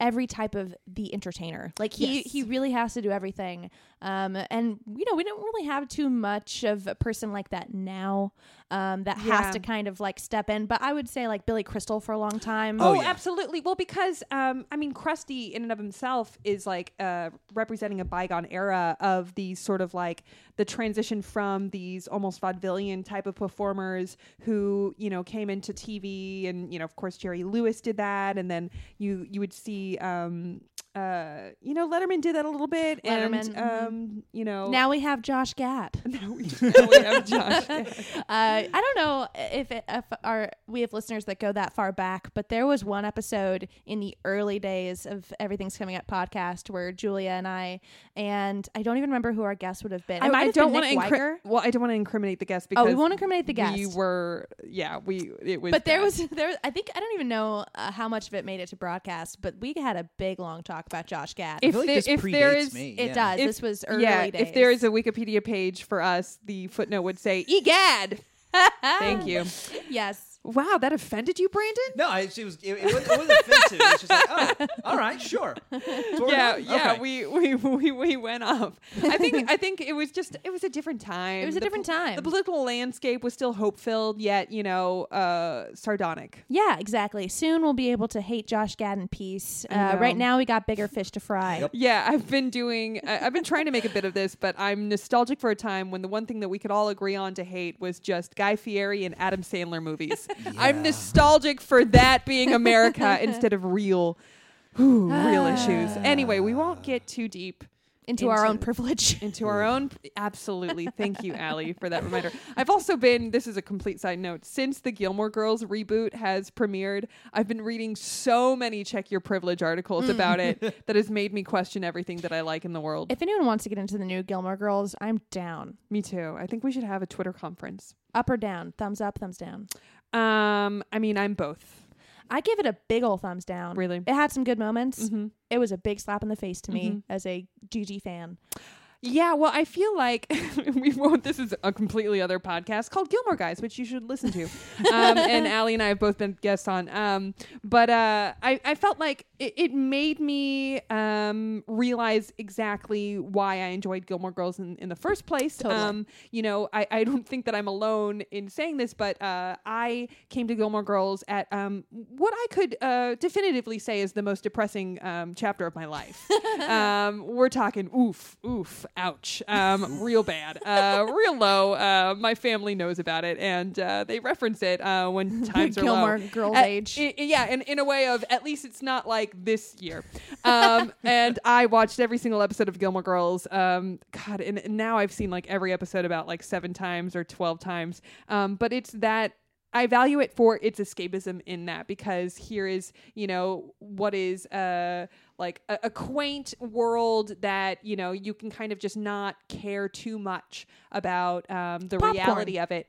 S1: every type of the entertainer. Like he
S2: Yes.
S1: he really has to do everything. Um, and you know, we don't really have too much of a person like that now. Um, that
S2: Yeah.
S1: has to kind of like step in. But I would say like Billy Crystal for a long time.
S3: Oh,
S2: Oh,
S3: yeah.
S2: absolutely. Well, because um, I mean, Krusty in and of himself is like uh, representing a bygone era of these sort of like the transition from these almost vaudevillian type of performers who you know came into TV, and you know, of course, Jerry Lewis did that, and then you you would see. Um, uh, you know, Letterman did that a little bit, and
S1: Letterman, mhm.
S2: um, you know,
S1: Now we have Josh Gad.
S2: now *laughs* we, now we
S1: *laughs*
S2: have Josh.
S1: uh, I don't know if, it, if our we have listeners that go that far back, but there was one episode in the early days of Everything's Coming Up podcast where Julia and I and I don't even remember who our guest would have been. Oh, It might have been
S2: wanna
S1: Nick
S2: incri-
S1: Weiger.
S2: Well, I don't want to incriminate the guest because
S1: Oh, we won't incriminate the guest.
S2: We were, yeah, we it was.
S1: but there
S2: bad.
S1: was there was, I think I don't even know uh, how much of it made it to broadcast, but we had a big long talk about Josh Gad.
S2: If
S3: feel like
S2: there-
S3: this
S2: if
S3: predates
S2: there is-
S3: me.
S1: it
S3: yeah.
S1: does.
S2: If-
S1: this was early
S2: yeah.
S1: days.
S2: If there is a Wikipedia page for us, the footnote would say "Egad." Thank you.
S1: Ah, yes.
S2: Wow, that offended you, Brandon?
S3: No, I, it was it, it wasn't, it wasn't offensive. It was just like, oh, all right, sure. That's what we're
S2: yeah,
S3: doing?
S2: yeah,
S3: Okay.
S2: we, we we we went off. I think I think it was just it was a different time.
S1: It was a
S2: The
S1: different
S2: pol-
S1: time.
S2: The political landscape was still hope filled, yet you know, uh, sardonic.
S1: Yeah, exactly. Soon we'll be able to hate Josh Gad in peace.
S2: I
S1: Uh, right
S2: know.
S1: now we got bigger fish to fry.
S3: Yep.
S2: Yeah, I've been doing. I- I've been trying to make a bit of this, but I'm nostalgic for a time when the one thing that we could all agree on to hate was just Guy Fieri and Adam Sandler movies. I'm
S3: Yeah.
S2: nostalgic for that being
S3: *laughs*
S2: America instead of real, whew, real issues. Anyway, we won't get too deep
S1: Into our
S2: Into-
S1: own
S2: *laughs*
S1: privilege.
S2: into our own. Absolutely, thank you, Allie, for that reminder. I've also been. This is a complete side note. Since the Gilmore Girls reboot has premiered, I've been reading so many check your privilege articles about *laughs* it that has made me question everything that I like in the world.
S1: If anyone wants to get into the new Gilmore Girls, I'm down.
S2: me too. I think we should have a Twitter conference.
S1: Up or down? Thumbs up, thumbs down.
S2: Um, I mean, I'm both.
S1: I give it a big ol' thumbs down.
S2: Really?
S1: It had some good moments.
S2: Mm-hmm.
S1: It was a big slap in the face to me
S2: Mhm.
S1: as a Gigi fan.
S2: Yeah, well, I feel like *laughs* we won't. This is a completely other podcast called Gilmore Guys, which you should listen to. um, and Allie and I have both been guests on. Um, but uh, I, I felt like it, it made me um, realize exactly why I enjoyed Gilmore Girls in, in the first place.
S1: Totally.
S2: Um, you know, I, I don't think that I'm alone in saying this, but uh, I came to Gilmore Girls at um, what I could uh, definitively say is the most depressing um, chapter of
S1: *laughs*
S2: my life. um, we're talking oof, oof, ouch, um, real bad, uh, real low. Uh, my family knows about it, and uh, they reference it
S1: *laughs*
S2: uh, when times are low. Uh,
S1: Gilmore Girls
S2: At-
S1: age.
S2: i- i- yeah, in, in a way of at least it's not like this year. Um, and I watched every single episode of Gilmore Girls. Um, God, and, and now I've seen like every episode about like seven times or 12 times. Um, but it's that. I value it for its escapism in that because here is, you know, what is uh like a, a quaint world that, you know, you can kind of just not care too much about um the
S1: Popcorn.
S2: reality of it.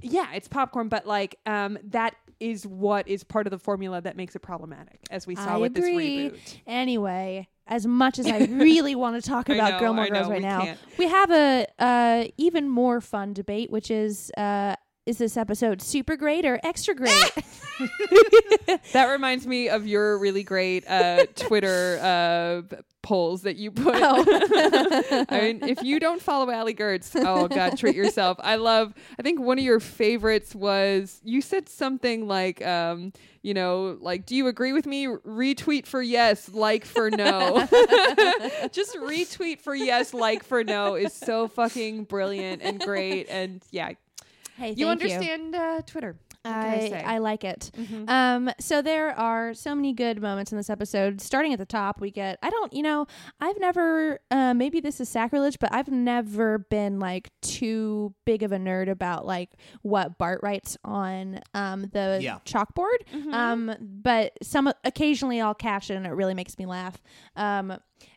S2: Yeah, it's popcorn, but like um, that is what is part of the formula that makes it problematic, as we saw
S1: I
S2: with
S1: agree.
S2: this reboot.
S1: Anyway, as much
S2: *laughs*
S1: as I really want to talk
S2: I
S1: about
S2: know,
S1: Gilmore
S2: I
S1: Girls
S2: know,
S1: right
S2: we
S1: now,
S2: can't.
S1: we have a uh, even more fun debate, which is uh, is this episode super great or extra
S2: *laughs*
S1: great?
S2: That reminds me of your really great uh, Twitter uh, polls that you put.
S1: Oh. *laughs*
S2: *laughs* I mean, if you don't follow Allie Gertz, oh God, treat yourself. I love. I think one of your favorites was you said something like, um, you know, like, do you agree with me? Retweet for yes, like for no. *laughs* Just retweet for yes, like for no is so fucking brilliant and great. And yeah,
S1: hey,
S2: you
S1: thank
S2: understand Uh, Twitter. What can
S1: I,
S2: say? Mm-hmm.
S1: I, like it. Um, so there are so many good moments in this episode. Starting at the top, we get I don't, you know, I've never, uh, maybe this is sacrilege, but I've never been like too big of a nerd about like what Bart writes on um, the
S3: Yeah.
S1: chalkboard.
S2: Mm-hmm.
S1: Um, but some occasionally I'll catch it and it really makes me laugh. Um,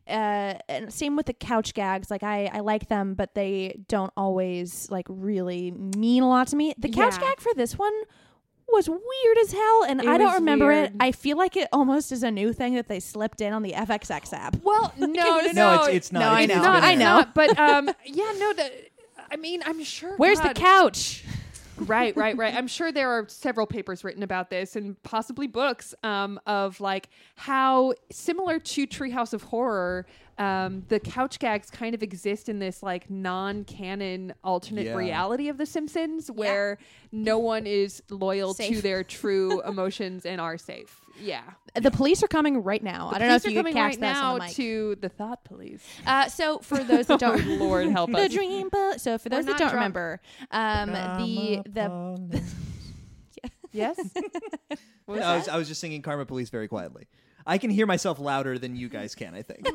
S1: uh, and same with the couch gags. Like I, I like them, but they don't always like really mean a lot to me. The couch
S2: Yeah.
S1: gag for this one was weird as hell, and
S2: It
S1: I don't
S2: was
S1: remember it.
S2: weird.
S1: I feel like it almost is a new thing that they slipped in on the FXX app.
S2: *laughs* Well, no, no, no,
S3: No, it's, it's not.
S1: no, I
S3: it's
S1: know.
S3: been
S1: I
S3: there.
S1: know.
S2: Not, but um, yeah, no. The, I mean, I'm sure.
S1: Where's the
S2: God.
S1: couch?
S2: Right, right, right. I'm sure there are several papers written about this, and possibly books um, of like how similar to Treehouse of Horror, um, the couch gags kind of exist in this like non-canon alternate
S3: Yeah.
S2: reality of The Simpsons where no one is loyal to
S1: Safe.
S2: their
S1: *laughs*
S2: true emotions and are safe. Yeah,
S1: The police are coming right now. I don't know if
S2: Police are
S1: you could
S2: coming
S1: catch this
S2: right now
S1: on the mic.
S2: to the thought police.
S1: Uh, so for those that *laughs*
S2: *laughs*
S1: don't,
S2: Lord help
S1: the *laughs*
S2: us.
S1: dream. But so for those
S2: We're
S1: that
S2: not
S1: don't
S2: drunk.
S1: remember, um, the the
S2: Yes. *laughs* What was
S3: I
S2: that?
S3: was, I was just singing Karma Police very quietly. I can hear myself louder than you guys can, I think.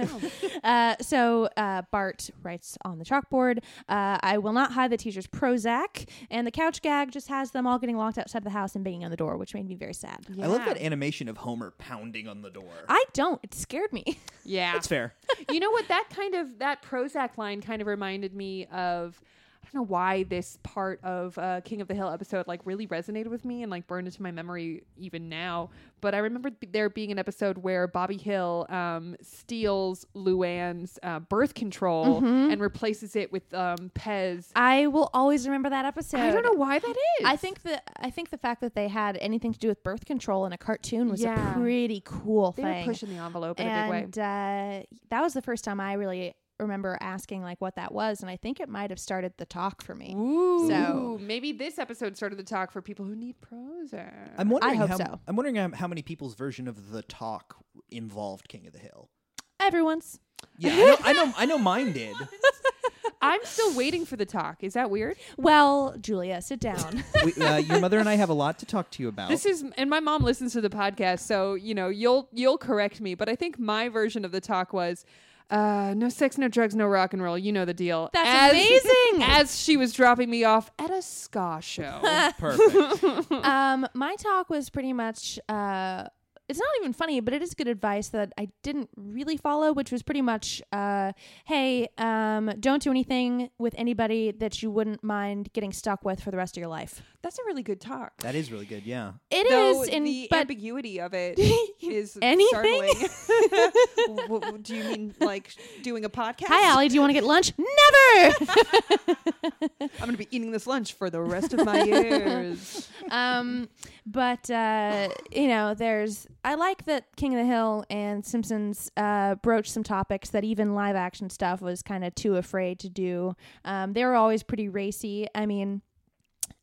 S2: Oh,
S1: Uh, so uh, Bart writes on the chalkboard, uh, "I will not hide the teacher's Prozac," and the couch gag just has them all getting locked outside the house and banging on the door, which made me very sad.
S3: I love
S2: Yeah.
S3: that animation of Homer pounding on the door.
S1: I don't. It scared me. *laughs*
S2: Yeah.
S3: That's fair.
S2: you know what? That kind of that Prozac line kind of reminded me of. I don't know why this part of uh, King of the Hill episode like really resonated with me and like burned into my memory even now. But I remember b- there being an episode where Bobby Hill um, steals Luann's uh, birth control
S1: Mm-hmm.
S2: and replaces it with um, Pez.
S1: I will always remember that episode.
S2: I don't know why that is.
S1: I think the I think the fact that they had anything to do with birth control in a cartoon was
S2: Yeah.
S1: a pretty cool
S2: they were
S1: thing.
S2: pushing the envelope in a
S1: and
S2: big way.
S1: uh, that was the first time I really remember asking like what that was, and I think it might have started the talk for me.
S2: Ooh,
S1: So-
S2: maybe this episode started the talk for people who need Prozac.
S3: I'm wondering
S1: hope
S3: how,
S1: so.
S3: I'm wondering um, how many people's version of the talk involved King of
S1: *laughs*
S3: the Hill.
S1: Everyone's
S3: Yeah, I know I know, I know
S1: *laughs*
S3: mine did.
S2: I'm still waiting for the talk. Is that weird?
S1: well, Julia, sit
S2: *laughs*
S1: down.
S3: We, uh, your mother and I have a lot to talk to you about.
S2: This is and my mom listens to the podcast, so you know you'll you'll correct me. But I think my version of the talk was. Uh, no sex, no drugs, no rock and roll. You know the deal.
S1: That's
S2: As-
S1: amazing.
S2: *laughs* As she was dropping me off at a ska
S1: *laughs*
S2: show.
S3: perfect.
S1: um, my talk was pretty much. Uh, it's not even funny, but it is good advice that I didn't really follow, which was pretty much, uh, hey, um, don't do anything with anybody that you wouldn't mind getting stuck with for the rest of your life.
S2: That's a really good talk.
S3: that is really good, yeah.
S1: It is,
S2: Though
S1: in
S2: the
S1: but
S2: ambiguity of it is
S1: *laughs* Anything? *laughs*
S2: startling. *laughs* W- w- do you mean like doing a podcast?
S1: hi, Allie, do you want to get lunch? Never. *laughs*
S2: I'm going to be eating this lunch for the rest
S1: *laughs*
S2: of my years.
S1: um, but uh, you know, there's I like that King of the Hill and Simpsons uh, broached some topics that even live action stuff was kind of too afraid to do. Um, they were always pretty racy. I mean.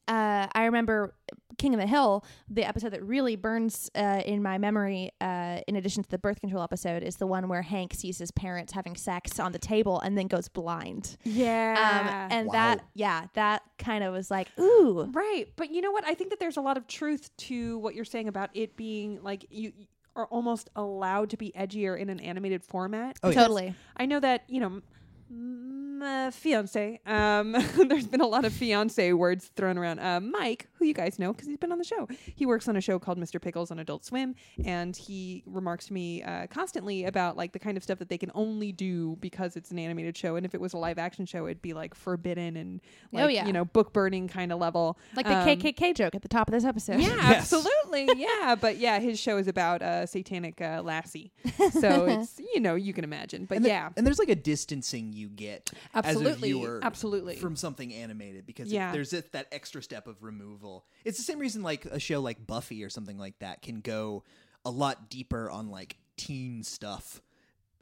S1: Uh, I remember King of the Hill, the episode that really burns uh, in my memory, uh, in addition to the birth control episode, is the one where Hank sees his parents having sex on the table and then goes blind.
S2: Yeah.
S1: Um, and
S3: Wow.
S1: that, yeah, that kind of was like, ooh,
S2: Right. But you know what? I think that there's a lot of truth to what you're saying about it being like you you are almost allowed to be edgier in an animated format.
S3: Oh, yeah.
S1: totally.
S2: I know that, you know, m- uh, fiance. Um, *laughs* there's been a lot of fiance words thrown around. Uh, Mike, who you guys know because he's been on the show, he works on a show called Mr. Pickles on Adult Swim, and he remarks to me uh, constantly about like the kind of stuff that they can only do because it's an animated show, and if it was a live action show, it'd be like forbidden and like
S1: Oh, yeah.
S2: you know book burning kind of level,
S1: Like the
S2: Um,
S1: KKK joke at the top of this episode. *laughs*
S2: *laughs* Yeah,
S3: Yes.
S2: absolutely. Yeah, but yeah, his show is about uh, satanic uh, lassie,
S1: *laughs*
S2: so it's you know you can imagine. But
S3: And the-
S2: yeah,
S3: and there's like a distancing you get as a
S2: Absolutely,
S3: viewer
S2: absolutely.
S3: from something animated because it-
S2: Yeah.
S3: there's it, that extra step of removal. It's the same reason like a show like Buffy or something like that can go a lot deeper on like teen stuff.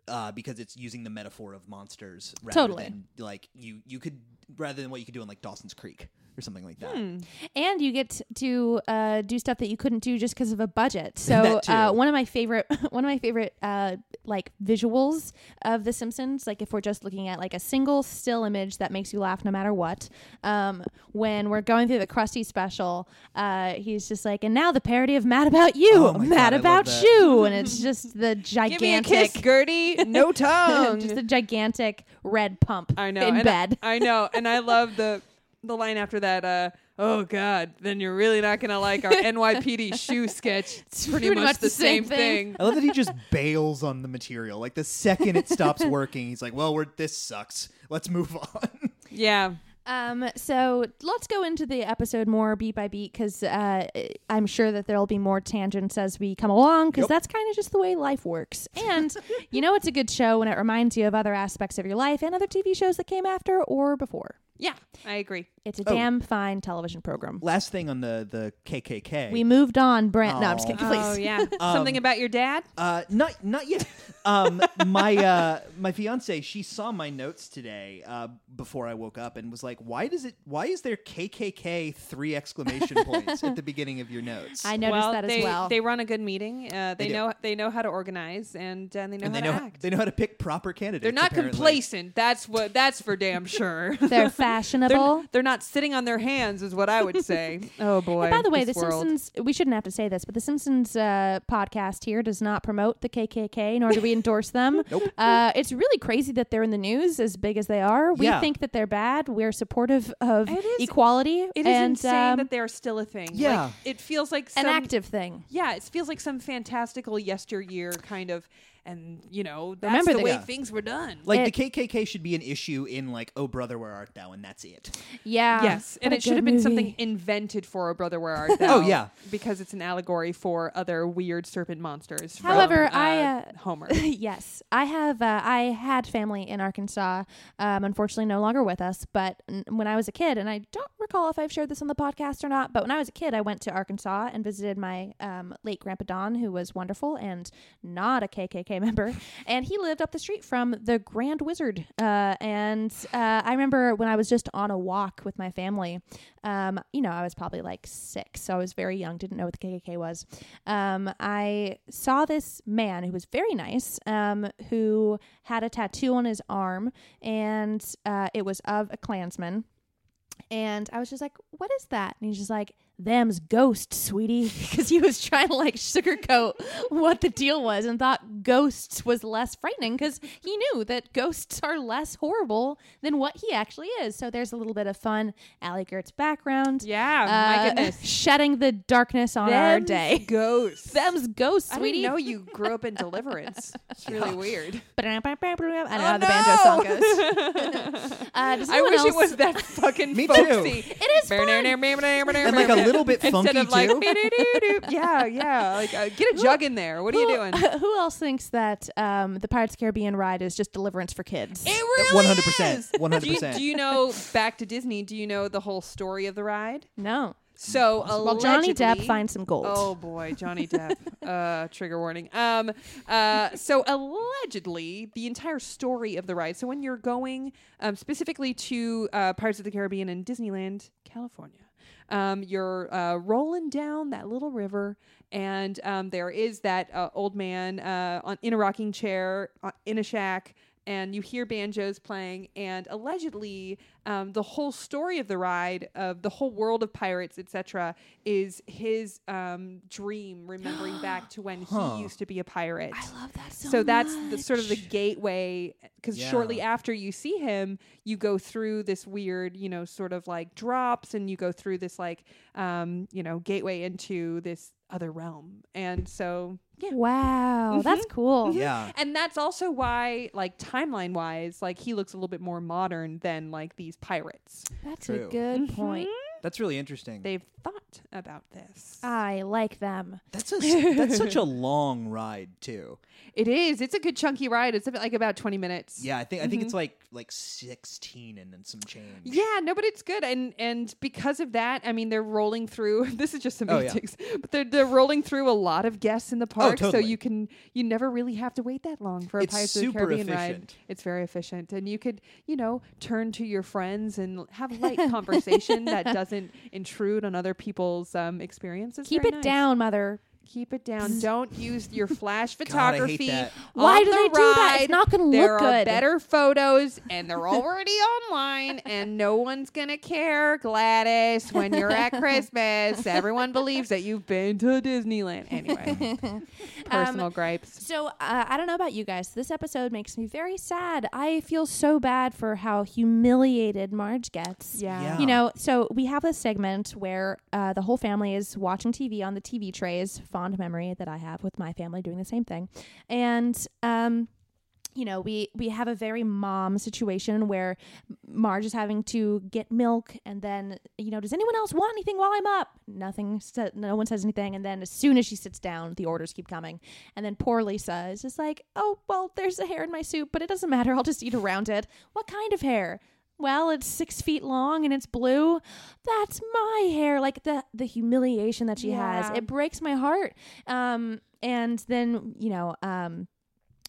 S3: Uh, because it's using the metaphor of monsters rather
S1: Totally.
S3: than like you you could rather than what you could do on like Dawson's Creek or something like that.
S2: Hmm.
S1: And you get to uh, do stuff that you couldn't do just because of a *laughs* budget. So
S3: That too.
S1: uh, one of my favorite, *laughs* one of my favorite uh, like visuals of The Simpsons, like if we're just looking at like a single still image that makes you laugh no matter what. Um, when we're going through the Krusty special, uh, he's just like, and now the parody of Mad About You,
S3: Oh my
S1: Mad
S3: God, I love
S1: About
S3: that.
S1: You,
S3: *laughs*
S1: and it's just the
S2: Give me a kiss,
S1: gigantic, *laughs*
S2: Gertie. No tongue.
S1: just the gigantic red pump
S2: I know.
S1: in
S2: and
S1: bed.
S2: *laughs* I, I know. And I love the the line after that. Uh, oh God, then you're really not gonna like our NYPD shoe sketch. It's pretty, much, the same thing.
S3: I love that he just *laughs* bails on the material. Like the second it stops working, he's like, "Well, we're this sucks. Let's move *laughs* on."
S2: Yeah.
S1: Um, so let's go into the episode more beat by beat because uh, I'm sure that there'll be more tangents as we come along because
S3: Yep.
S1: that's kind of just the way life works.
S3: *laughs*
S1: And you know, it's a good show when it reminds you of other aspects of your life and other TV shows that came after or before.
S2: Yeah. I agree.
S1: It's a
S3: Oh.
S1: damn fine television program.
S3: Last thing on the the KKK.
S1: We moved on, Brent. No, I'm just
S3: Aw.
S1: kidding. *laughs* Please.
S2: Oh yeah, something about your dad.
S3: Uh, not not yet. Um, my uh, my fiance she saw my notes today uh, before I woke up and was like, "Why does it? Why is there KKK three exclamation points at the beginning of your notes?"
S1: I noticed
S2: well,
S1: that as
S2: they,
S1: well.
S2: They run a good meeting. Uh, they,
S3: They do.
S2: know they know how to organize and uh, they know
S3: and
S2: how
S3: they know
S2: to act.
S3: they know how to pick proper candidates.
S2: They're not
S3: apparently.
S2: complacent. That's what. That's for damn sure.
S1: They're
S2: *laughs* they're,
S1: fashionable.
S2: *laughs* they're not sitting on their hands, is what I would say. oh boy.
S1: By the way, The
S2: this world.
S1: Simpsons, we shouldn't have to say this, but The Simpsons uh, podcast here does not promote the KKK, nor do we endorse
S2: *laughs*
S1: them.
S3: Nope.
S1: Uh, it's really crazy that they're in the news as big as they are. We
S3: Yeah.
S1: think that they're bad. We're supportive of
S2: It is-
S1: equality.
S2: It is
S1: and,
S2: insane
S1: um,
S2: that they are still a thing.
S3: Yeah.
S2: Like, it feels like
S1: an
S2: some,
S1: active thing.
S2: Yeah, it feels like some fantastical yesteryear kind of, and you know that's
S1: Remember
S2: the
S1: the-
S2: way
S1: Yeah.
S2: things were done.
S3: Like
S1: It-
S3: the KKK should be an issue in like, "Oh brother, where art thou?" and that's it.
S1: Yeah.
S2: Yes, and
S1: What a
S2: it should
S1: good
S2: have been something
S1: movie.
S2: invented for a brother
S1: *laughs*
S2: where art thou.
S3: Oh, yeah.
S2: because it's an allegory for other weird serpent monsters. from,
S1: However,
S2: uh,
S1: I, uh, *laughs*
S2: Homer.
S1: yes, I have. Uh, I had family in Arkansas, um, unfortunately, no longer with us. But n- when I was a kid, and I don't recall if I've shared this on the podcast or not, but when I was a kid, I went to Arkansas and visited my um, late grandpa Don, who was wonderful and not a KKK *laughs* member, and he lived up the street from the Grand Wizard. Uh, and uh, I remember when I was just on a walk with my family. Um, you know, I was probably like six, so I was very young, didn't know what the KKK was. Um, I saw this man who was very nice, um, who had a tattoo on his arm, and uh, it was of a Klansman. And I was just like, "What is that?" And he's just like, "Them's ghosts, sweetie," *laughs* because he was trying to like sugarcoat what the deal was, and thought ghosts was less frightening because he knew that ghosts are less horrible than what he actually is. So there's a little bit of fun, Allie Gert's background.
S2: yeah, my
S1: uh, *laughs*
S2: goodness.
S1: shedding the darkness on our
S2: Them's
S1: day.
S2: ghosts.
S1: *laughs* Them's ghosts,
S2: I
S1: sweetie.
S2: didn't know you grew up
S1: *laughs*
S2: in Deliverance. It's really weird.
S1: I don't know
S2: Oh,
S1: how the
S2: no!
S1: banjo song goes. *laughs* uh, does
S2: *laughs* I
S1: anyone
S2: wish it
S1: else-
S2: was that fucking
S3: *laughs* Me too.
S2: folksy.
S1: It is fun.
S2: and
S3: And like a little
S2: *laughs*
S3: bit
S2: Instead
S3: funky
S2: of like,
S3: too.
S2: "Be-do-do-do." yeah, yeah. Like, uh, get a jug in there. What are you doing? *laughs*
S1: Who, *laughs* who else thinks that um, the Pirates of the Caribbean ride is just deliverance for kids?
S2: really
S3: 100%,
S2: is.
S3: 100%.
S2: Do you, do you know back to Disney? Do you know the whole story of the ride?
S1: no.
S2: So
S1: Well, Johnny Depp
S2: allegedly-
S1: finds some gold.
S2: Oh boy, Johnny Depp. uh, trigger warning. Um, uh, so allegedly, the entire story of the ride. So when you're going um, specifically to uh, Pirates of the Caribbean and Disneyland, California, um, you're uh, rolling down that little river, and um, there is that uh, old man uh, on, in a rocking chair uh, in a shack. And you hear banjos playing, and allegedly, um, the whole story of the ride, of the whole world of pirates, etc., is his um, dream, remembering back to when
S3: Huh.
S2: he used to be a pirate.
S1: I love that so
S2: So that's the sort of the gateway because
S3: Yeah.
S2: shortly after you see him, you go through this weird, you know, sort of like drops, and you go through this like, um, you know, gateway into this other realm. And so, yeah, Mm-hmm.
S1: Wow, that's cool.
S3: yeah.
S2: and that's also why, like timeline wise, like he looks a little bit more modern than like these pirates.
S1: That's a
S3: True.
S1: good
S2: Mm-hmm.
S1: point.
S3: That's really interesting.
S2: They've thought about this.
S1: I like them.
S3: that's a, that's
S2: *laughs*
S3: such a long ride too.
S2: it is. It's a good chunky ride. It's like about twenty minutes.
S3: Yeah, I think I think it's like like sixteen and then some change.
S2: Mm-hmm. Yeah, no, but it's good, and and because of that, I mean, they're rolling through. *laughs* This is just
S3: Oh, yeah. Oh,
S2: semantics, but they're they're rolling through a lot of guests in the park, so
S3: totally.
S2: you can you never really have to wait that long for a
S3: It's
S2: Pirates of the
S3: super
S2: Caribbean ride.
S3: efficient.
S2: It's very efficient, and you could you know turn to your friends and have light conversation
S3: *laughs*
S2: that doesn't intrude on other people's um, experiences.
S1: Keep
S2: Very
S1: it
S2: nice.
S1: down, mother.
S2: Keep it down. Don't use
S1: *laughs*
S2: your flash
S3: I hate
S2: photography.
S3: that.
S1: Why
S2: on
S1: do
S2: the
S1: they do that? It's
S2: ride.
S1: not gonna
S2: There
S1: look
S2: are
S1: good.
S2: better photos, and they're already online, and no one's gonna care, Gladys. When you're at
S1: *laughs*
S2: Christmas, everyone believes that you've been to Disneyland.
S1: *laughs*
S2: Anyway,
S1: Um,
S2: personal gripes.
S1: So uh, I don't know about you guys. This episode makes me very sad. I feel so bad for how humiliated Marge gets.
S2: Yeah.
S3: Yeah.
S1: You know, so we have this segment where uh, the whole family is watching TV on the TV trays. Fond memory that I have with my family doing the same thing, and um, you know, we we have a very mom situation where Marge is having to get milk, and then you know, does anyone else want anything while I'm up? Nothing. sa- No one says anything, and then as soon as she sits down, the orders keep coming, and then poor Lisa is just like, "Oh well, there's a hair in my soup, but it doesn't matter. I'll just eat around it. What kind of hair? well, it's six feet long and it's blue. That's my hair. Like the the humiliation that she has,
S2: Yeah.
S1: it breaks my heart. Um, and then you know, um,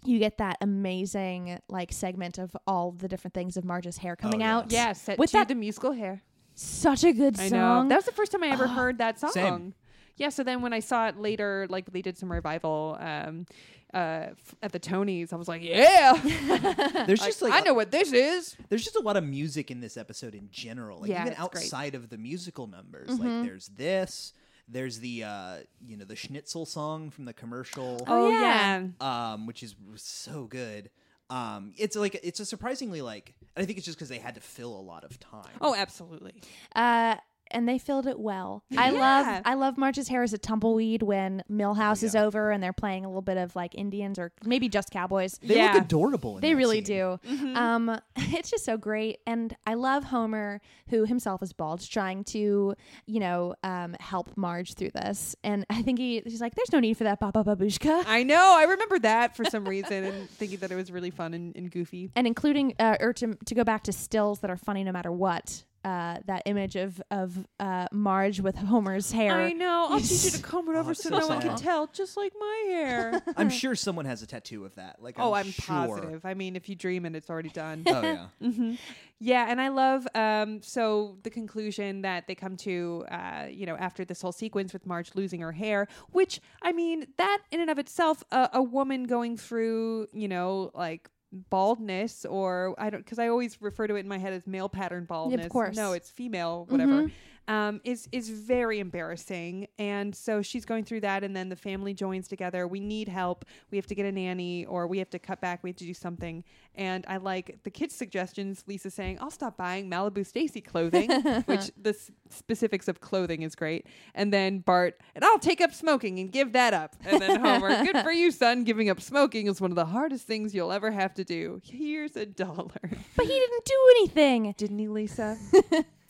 S1: you get that amazing like segment of all the different things of Marge's hair coming
S3: yeah.
S1: out.
S2: Oh, Yes, at
S1: With
S2: with
S1: that-
S2: that, the musical hair.
S1: such a good
S2: I
S1: song.
S2: know that was the first time I
S1: *gasps*
S2: ever heard that song.
S3: Same.
S2: Yeah. So then when I saw it later, like they did some revival um, uh, f- at the Tonys, I was like, yeah,
S3: There's just like
S2: I know what this is.
S3: there's just a lot of music in this episode in general. Like
S2: Yeah,
S3: even
S2: it's great. Mm-hmm.
S3: outside of the musical numbers. Like there's this, there's the uh, you know, the schnitzel song from the commercial.
S1: Oh, yeah.
S3: um, which is so good. Um, it's like it's a surprisingly like I think it's just because they had to fill a lot of time.
S2: Oh, absolutely.
S1: uh, and they filled it well. I love
S2: Yeah.
S1: I love Marge's hair as a tumbleweed when Millhouse is over and they're playing a little bit of like Indians or maybe just cowboys.
S3: they
S2: yeah.
S3: look adorable. In
S1: They
S3: that
S1: really
S3: scene.
S1: do. Um, *laughs* it's just so great, and I love Homer, who himself is bald, trying to, you know, um, help Marge through this. And I think he, he's like, "There's no need for that, Baba Babushka,"
S2: I know. I remember that for some reason and *laughs* thinking that it was really fun and, and goofy.
S1: and including uh, or to, to go back to stills that are funny no matter what. Uh, that image of of uh, Marge with Homer's hair.
S2: I know. I'll teach you to comb it over
S3: it's
S2: so
S3: so
S2: no one can
S3: sad.
S2: tell, just like my hair.
S3: I'm sure someone has a tattoo of that. Like
S2: *laughs* oh, I'm
S3: sure.
S2: positive. I mean, if you dream it, it's already done.
S3: Oh yeah.
S2: *laughs* Yeah, and I love um, so the conclusion that they come to, uh, you know, after this whole sequence with Marge losing her hair, which I mean, that in and of itself, a a woman going through, you know, like baldness or I don't because I always refer to it in my head as male pattern baldness.
S1: course.
S2: No, it's female, whatever. Um, is is very embarrassing, and so she's going through that, and then the family joins together. We need help. We have to get a nanny, or we have to cut back. We have to do something. And I like the kids' suggestions. Lisa saying, "I'll stop buying Malibu Stacy *laughs* clothing," which the s- specifics of clothing is great. And then Bart, and I'll take up smoking and give that up. And then *laughs* Homer, good for you, son. Giving up smoking is one of the hardest things you'll ever have to do. Here's a dollar.
S1: But he didn't do anything.
S2: Didn't he, *laughs* Lisa?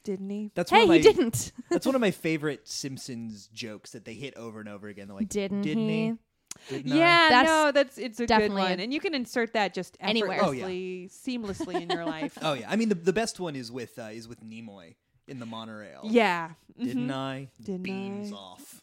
S2: Didn't he?
S3: That's
S1: hey,
S3: one of
S1: he
S3: my,
S1: didn't.
S3: That's one of my favorite Simpsons jokes that they hit over and over again. They're like,
S1: Didn't
S3: didn't
S1: he?
S3: he? Didn't I?"
S2: Yeah,
S1: That's
S2: no, that's it's a good
S1: definitely-
S2: one, and you can insert that just
S1: Anywhere.
S3: Oh,
S2: effortlessly,
S3: yeah.
S2: seamlessly in your
S3: *laughs*
S2: life.
S3: Oh yeah. I mean, the, the best one is with uh, is with Nimoy in the monorail.
S2: Yeah, Mm-hmm.
S3: Didn't I?
S2: Didn't
S3: Beams
S2: I?
S3: off.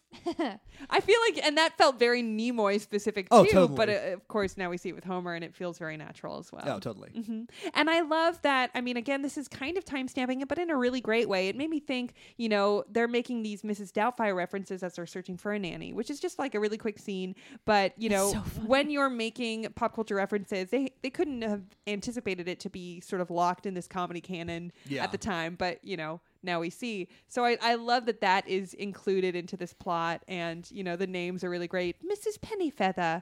S2: I feel like, and that felt very Nimoy specific
S3: Oh,
S2: too.
S3: totally.
S2: But uh, of course, now we see it with Homer, and it feels very natural as well.
S3: Oh, totally.
S2: Mhm. And I love that. I mean, again, this is kind of time stamping it, but in a really great way. It made me think, you know, they're making these Mrs. Doubtfire references as they're searching for a nanny, which is just like a really quick scene. But, you know,
S1: so funny.
S2: when you're making pop culture references, they, they couldn't have anticipated it to be sort of locked in this comedy canon
S3: Yeah.
S2: at the time. But, you know, now we see. So I, I love that that is included into this plot. And, you know, the names are really great. Mrs. Pennyfeather.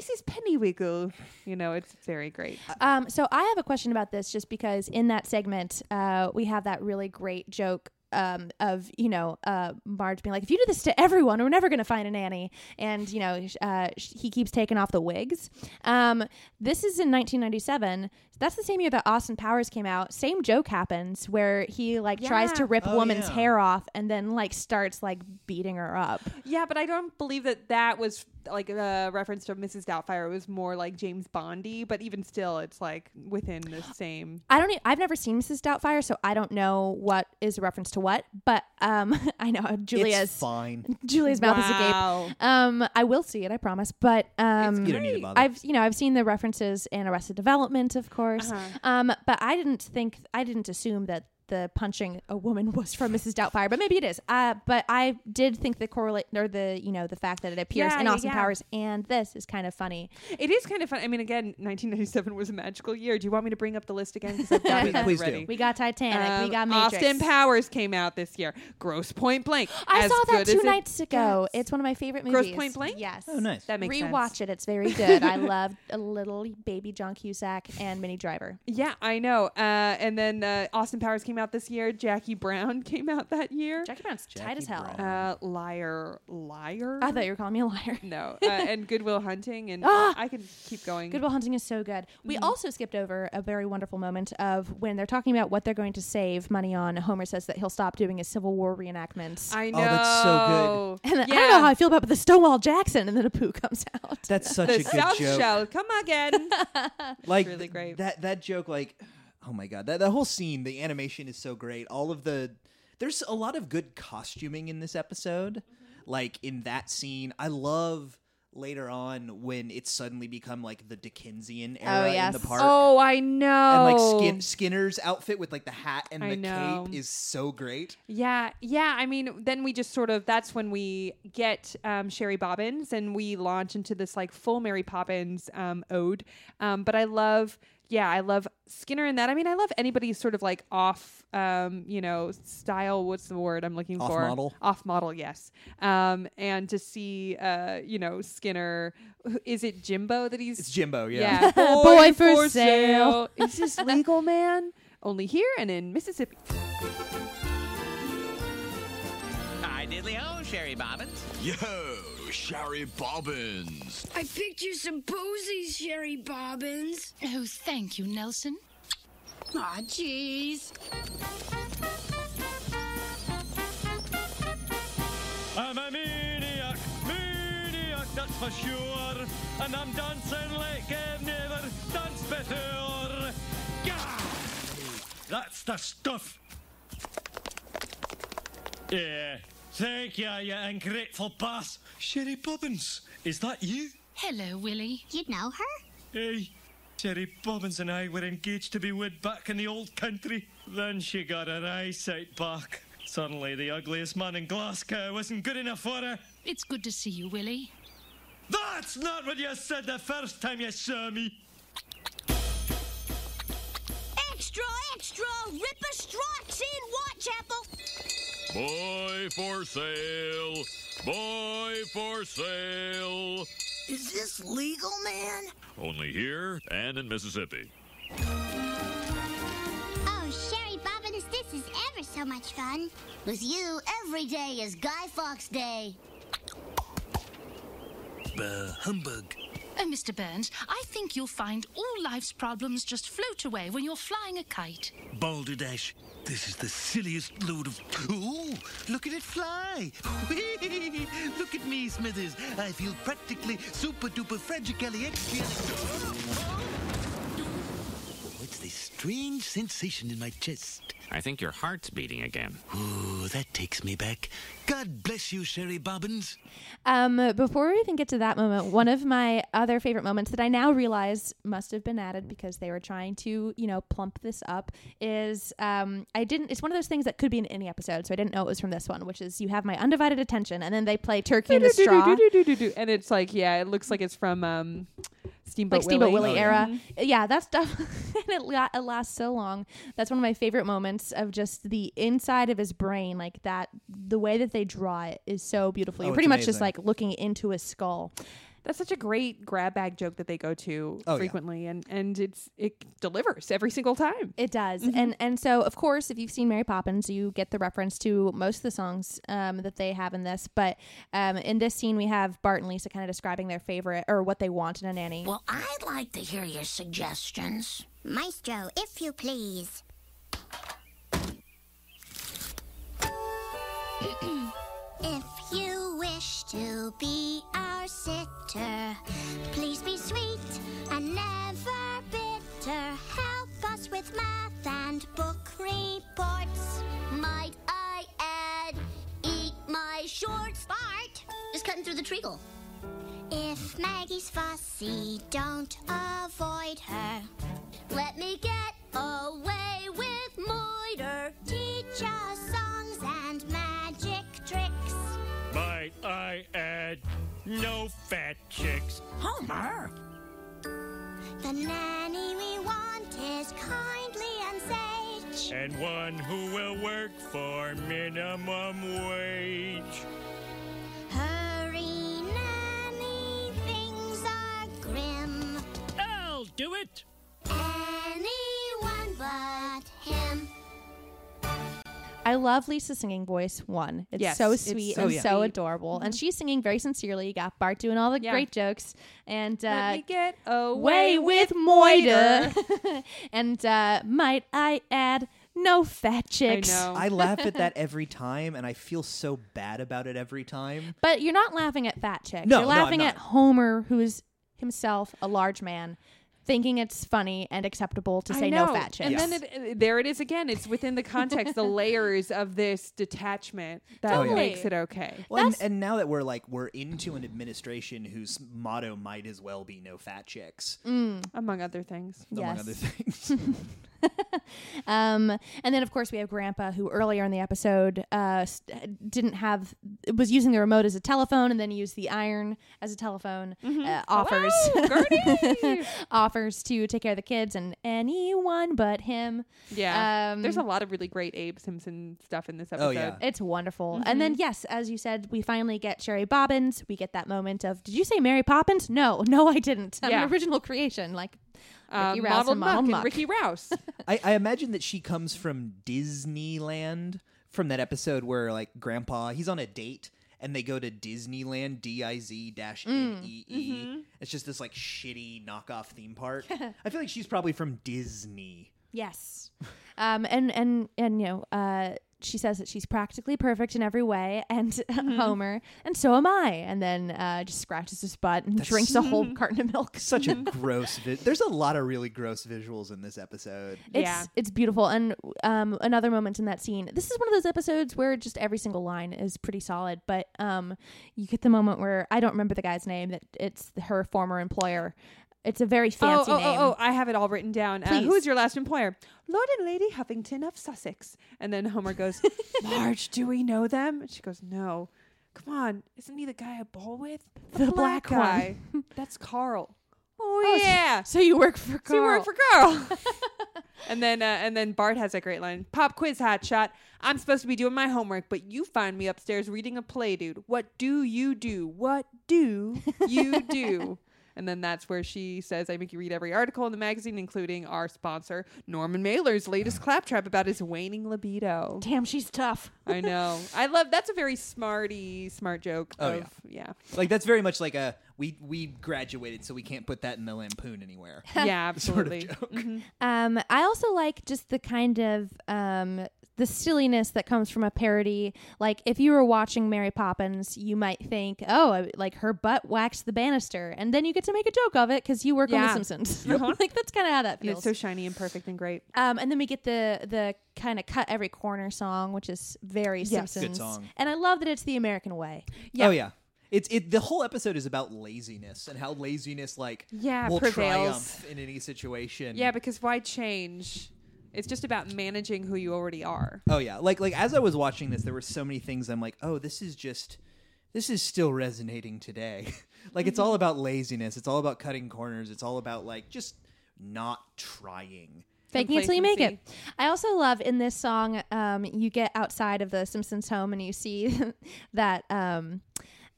S2: Mrs. Pennywiggle, you know, it's very great.
S1: Um, so I have a question about this, just because in that segment uh, we have that really great joke um, of you know uh, Marge being like, "If you do this to everyone, we're never going to find a nanny," and you know sh- uh, sh- he keeps taking off the wigs. Um, this is in 1997. That's the same year that Austin Powers came out. Same joke happens where he like tries
S2: Yeah.
S1: to rip a
S3: Oh,
S1: woman's
S3: yeah.
S1: hair off and then like starts like beating her up.
S2: Yeah, but I don't believe that that was like a reference to Mrs. Doubtfire. It was more like James Bondy, but even still, it's like within the same.
S1: I don't. e- I've never seen Mrs. Doubtfire, so I don't know what is a reference to what. But um, *laughs* I know
S3: It's
S1: Julia's
S3: fine.
S1: Julia's mouth
S2: Wow.
S1: is agape. Um, I will see it, I promise. But um,
S3: You don't need to bother.
S1: I've you know I've seen the references in Arrested Development, of
S2: Uh-huh.
S1: course. *laughs* Um, but I didn't think I didn't assume that the punching a woman *laughs* was from Mrs. Doubtfire, but maybe it is. Uh, but I did think the correlate or the you know the fact that it appears
S2: Yeah,
S1: in
S2: yeah,
S1: Austin
S2: yeah.
S1: Powers and this is kind of funny.
S2: It is kind of fun. I mean, again, 1997 was a magical year. Do you want me to bring up the list again? Because I've
S3: *laughs*
S2: got it
S3: Please do.
S2: already.
S1: We got Titanic, we got
S2: Um,
S1: Matrix.
S2: Austin Powers came out this year. Gross Point Blank.
S1: *gasps* I
S2: As
S1: saw that
S2: good as
S1: two
S2: it
S1: nights ago.
S2: gets.
S1: It's one of my favorite movies.
S2: Grosse Pointe Blank?
S1: Yes.
S3: Oh, nice.
S2: that makes sense.
S1: Rewatch it. It's very good.
S2: *laughs*
S1: I love a little baby John Cusack and Minnie Driver.
S2: Yeah, I know. Uh, and then uh, Austin Powers came out this year. Jackie Brown *laughs* came out that year.
S1: Jackie Brown's tight
S3: Jackie
S1: as hell.
S3: Brown.
S2: Uh, liar, liar.
S1: I thought you were calling me a
S2: *laughs*
S1: liar.
S2: No, uh, and Goodwill Hunting,
S1: *gasps*
S2: and
S1: Ah!
S2: I can keep going.
S1: Goodwill Hunting is so good. We
S2: Mm-hmm.
S1: also skipped over a very wonderful moment of when they're talking about what they're going to save money on. Homer says that he'll stop doing his Civil War reenactments.
S2: I know.
S3: Oh, that's so
S1: and then, I don't know how I feel about but the Stonewall Jackson, and then a poo comes *laughs* out.
S2: *laughs*
S3: That's such
S2: the
S3: a good
S2: South
S1: *laughs*
S3: joke.
S2: shall come again.
S3: like
S2: really
S3: th-
S2: great.
S3: that that joke like oh my god, that that whole scene, the animation is so great. All of the there's a lot of good costuming in this episode.
S2: Mm-hmm.
S3: Like in that scene, I love later on when it's suddenly become like the Dickensian era
S1: yes.
S3: in the park.
S2: Oh, I
S3: And
S2: know.
S3: like Skin- Skinner's outfit with like the hat and
S2: Oh. I
S3: the
S2: know.
S3: cape is so great.
S2: Yeah, yeah. I mean, then we just sort of that's when we get um, Sherry Bobbins and we launch into this like full Mary Poppins um, ode. Um, but I love, yeah, I love Skinner in that. I mean, I love anybody's sort of like off, um, you know, style. What's the word I'm looking for?
S3: Off-model?
S2: Off model, yes. Um, and to see, uh, you know, Skinner. Is it Jimbo that he's?
S3: It's Jimbo, yeah.
S2: Yeah, *laughs*
S1: Boy for sale.
S2: Is *laughs* this legal, man? Only here and in Mississippi.
S4: Hi, diddly ho, Sherry Bobbins.
S5: Yo, Sherry Bobbins.
S6: I picked you some posies, Sherry Bobbins.
S7: Oh, thank you, Nelson.
S6: Aw, jeez.
S8: I'm a maniac, maniac, that's for sure. And I'm dancing like I've never danced before. Gah! That's the stuff. Yeah, thank you, you ungrateful bass. Sherry Bobbins, is that you?
S7: Hello, Willie.
S9: You know her?
S8: Hey, Sherry Bobbins and I were engaged to be wed back in the old country. Then she got her eyesight back. Suddenly, the ugliest man in Glasgow wasn't good enough for her.
S7: It's good to see you, Willie.
S8: That's not what you said the first time you saw me.
S9: Extra, extra, Ripper Strut's in Whitechapel.
S5: Boy for sale. Boy for sale.
S9: Is this legal, man?
S5: Only here and in Mississippi.
S9: Oh, Sherry Bobbins, this is ever so much fun. With you, every day is Guy Fawkes Day.
S7: Oh, Mr. Burns, I think you'll find all life's problems just float away when you're flying a kite.
S10: Balderdash, this is the silliest load of. Ooh, look at it fly! *laughs* Whee! look at me, Smithers. I feel practically super duper fragilically. What's this strange sensation in my chest?
S4: I think your heart's beating again.
S10: Ooh, that takes me back. God bless you, Sherry Bobbins.
S1: Um, before we even get to that moment, one of my other favorite moments that I now realize must have been added because they were trying to, you know, plump this up is um, I didn't. It's one of those things that could be in any episode, so I didn't know it was from this one, which is you have my undivided attention, and then they play Turkey in the Straw.
S2: and it's like yeah it looks like it's from um steamboat, *laughs*
S1: like Steamboat
S2: willie,
S3: Oh,
S2: Oh,
S1: Willie era. Yeah, that stuff. *laughs* and it, la- it lasts so long. That's one of my favorite moments of just the inside of his brain, like that. The way that they draw it is so beautiful. You're
S3: Oh, it's
S1: pretty much just
S3: amazing.
S1: like looking into his skull.
S2: that's such a great grab bag joke that they go to
S3: Oh, yeah.
S2: frequently and and it's it delivers every single time
S1: It does,
S2: Mm-hmm.
S1: and and so of course, if you've seen Mary Poppins, you get the reference to most of the songs um, that they have in this. But um, in this scene, we have Bart and Lisa kind of describing their favorite or what they want in a nanny.
S6: Well, I'd like to hear your suggestions.
S9: Maestro, if
S6: *clears throat*
S9: you please. if you wish to be our sitter, please be sweet and never bitter. Help us with math and book reports. Might I add, eat my shorts. Bart, just cutting through the treacle. If Maggie's fussy, don't avoid her. Let me get away with moiter. Teach us songs and magic tricks.
S8: Might I add, no fat chicks.
S6: Homer!
S9: The nanny we want is kindly and sage.
S8: And one who will work for minimum wage.
S9: Hurry, nanny, things are grim.
S8: I'll do it.
S9: Anyone but him.
S1: I love Lisa's singing voice. One, it's
S2: Yes,
S1: so
S2: it's
S1: sweet
S2: so
S1: and
S2: sweet. Mm-hmm.
S1: so adorable, and she's singing very sincerely. You got Bart doing all the
S2: Yeah.
S1: great jokes, and
S2: let
S1: uh,
S2: me get
S1: way
S2: away
S1: with moiter, *laughs* and uh, might I add, no fat
S2: i
S1: chicks.
S2: know
S3: *laughs* I laugh at that every time, and I feel so bad about it every time.
S1: But you're not laughing at fat chicks.
S3: No,
S1: you're
S3: no, I'm
S1: laughing
S3: not.
S1: at Homer, who is himself a large man. thinking it's funny and acceptable to
S2: I
S1: say no
S2: know.
S1: fat shit.
S2: And then it, there it is again. It's within the
S1: *laughs*
S2: context, the layers of this detachment that
S3: Totally.
S2: makes it okay.
S3: Well, and, and now that we're like we're into an administration whose motto might as well be no fat chicks,
S2: Among other things.
S3: among
S1: Yes.
S3: other things.
S1: Um, and then, of course, we have Grandpa, who earlier in the episode uh, s- didn't have was using the remote as a telephone, and then used the iron as a telephone.
S2: Mm-hmm.
S1: Uh, offers
S2: Oh,
S1: *laughs* offers to take care of the kids and anyone but him.
S2: Yeah.
S1: Um,
S2: There's a lot of really great Abe Simpson stuff in this episode.
S3: Oh, yeah.
S1: It's wonderful. And then, yes, as you said, we finally get Sherry Bobbins. We get that moment of, did you say Mary Poppins? No, *laughs* no, I didn't. I'm
S2: Yeah.
S1: an original creation, like
S2: Uh,
S1: Ricky Rouse
S2: Model
S1: and Model
S2: Muck
S1: Muck.
S2: and Ricky
S1: *laughs*
S2: Rouse.
S3: I, I imagine that she comes from Disneyland from that episode where like grandpa he's on a date and they go to Disneyland D I Z dash N E E. It's just this like shitty knockoff theme park. I feel like she's probably from Disney.
S1: Yes. Um, and and and you know, uh, she says that she's practically perfect in every way, and *laughs* Homer, and so am I. And then uh, just scratches his butt and drinks a whole carton of milk.
S3: Such a gross. Vi- There's a lot of really gross visuals in this episode.
S1: It's
S2: Yeah.
S1: it's beautiful. And um, another moment in that scene. This is one of those episodes where just every single line is pretty solid, but um, you get the moment where I don't remember the guy's name. That it's her former employer. It's a very
S2: oh,
S1: fancy
S2: oh,
S1: name.
S2: oh, oh, I have it all written down. Uh, who
S1: Please.
S2: is your last employer? Lord and Lady Huffington of Sussex. And then
S1: *laughs*
S2: Homer goes, Marge, do we know them? And she goes, No. Come on, isn't he the guy I bowl with?
S1: The black one.
S2: guy. That's Carl. Oh,
S1: Oh, so-
S2: yeah.
S1: So you work for
S2: So you work
S1: Carl.
S2: for Carl.
S1: *laughs*
S2: *laughs* and then uh, and then Bart has that great line. Pop quiz hot shot. I'm supposed to be doing my homework, but you find me upstairs reading a play, dude. What do you do? What do
S1: *laughs*
S2: you do? And then that's where she says, I make you read every article in the magazine, including our sponsor, Norman
S1: *sighs*
S2: Mailer's latest claptrap about his waning libido.
S1: Damn, she's tough.
S2: *laughs* I know. I love that's a very smarty, smart joke.
S3: Oh,
S2: of, yeah.
S3: Like that's very much like a we we graduated, so we can't put that in the lampoon anywhere.
S1: *laughs*
S2: Yeah, absolutely.
S1: Um, I also like just the kind of um, the silliness that comes from a parody. Like if you were watching Mary Poppins, you might think, "Oh, I- like her butt waxed the banister," and then you get to make a joke of it because you work on The
S2: Yeah. Uh-huh.
S1: Simpsons. *laughs* like that's kind of how that
S2: And
S1: feels.
S2: it's so shiny and perfect and great.
S1: um, and then we get the the kind of cut every corner song, which is very
S2: Yes.
S1: Simpsons.
S3: Good song.
S1: And I love that it's the American way.
S3: Oh yeah. It's it the whole episode is about laziness and how laziness like
S2: Yeah,
S3: will
S2: prevails.
S3: triumph in any situation.
S2: Yeah, because why change? It's just about managing who you already are.
S3: Oh yeah. Like like as I was watching this there were so many things I'm like, "Oh, this is just this is still resonating today." *laughs* like
S2: Mm-hmm.
S3: it's all about laziness, it's all about cutting corners, it's all about like just not trying.
S1: Faking it till you make it.
S2: Complacency.
S1: I also love in this song, um, you get outside of the Simpsons home and you see *laughs* that um,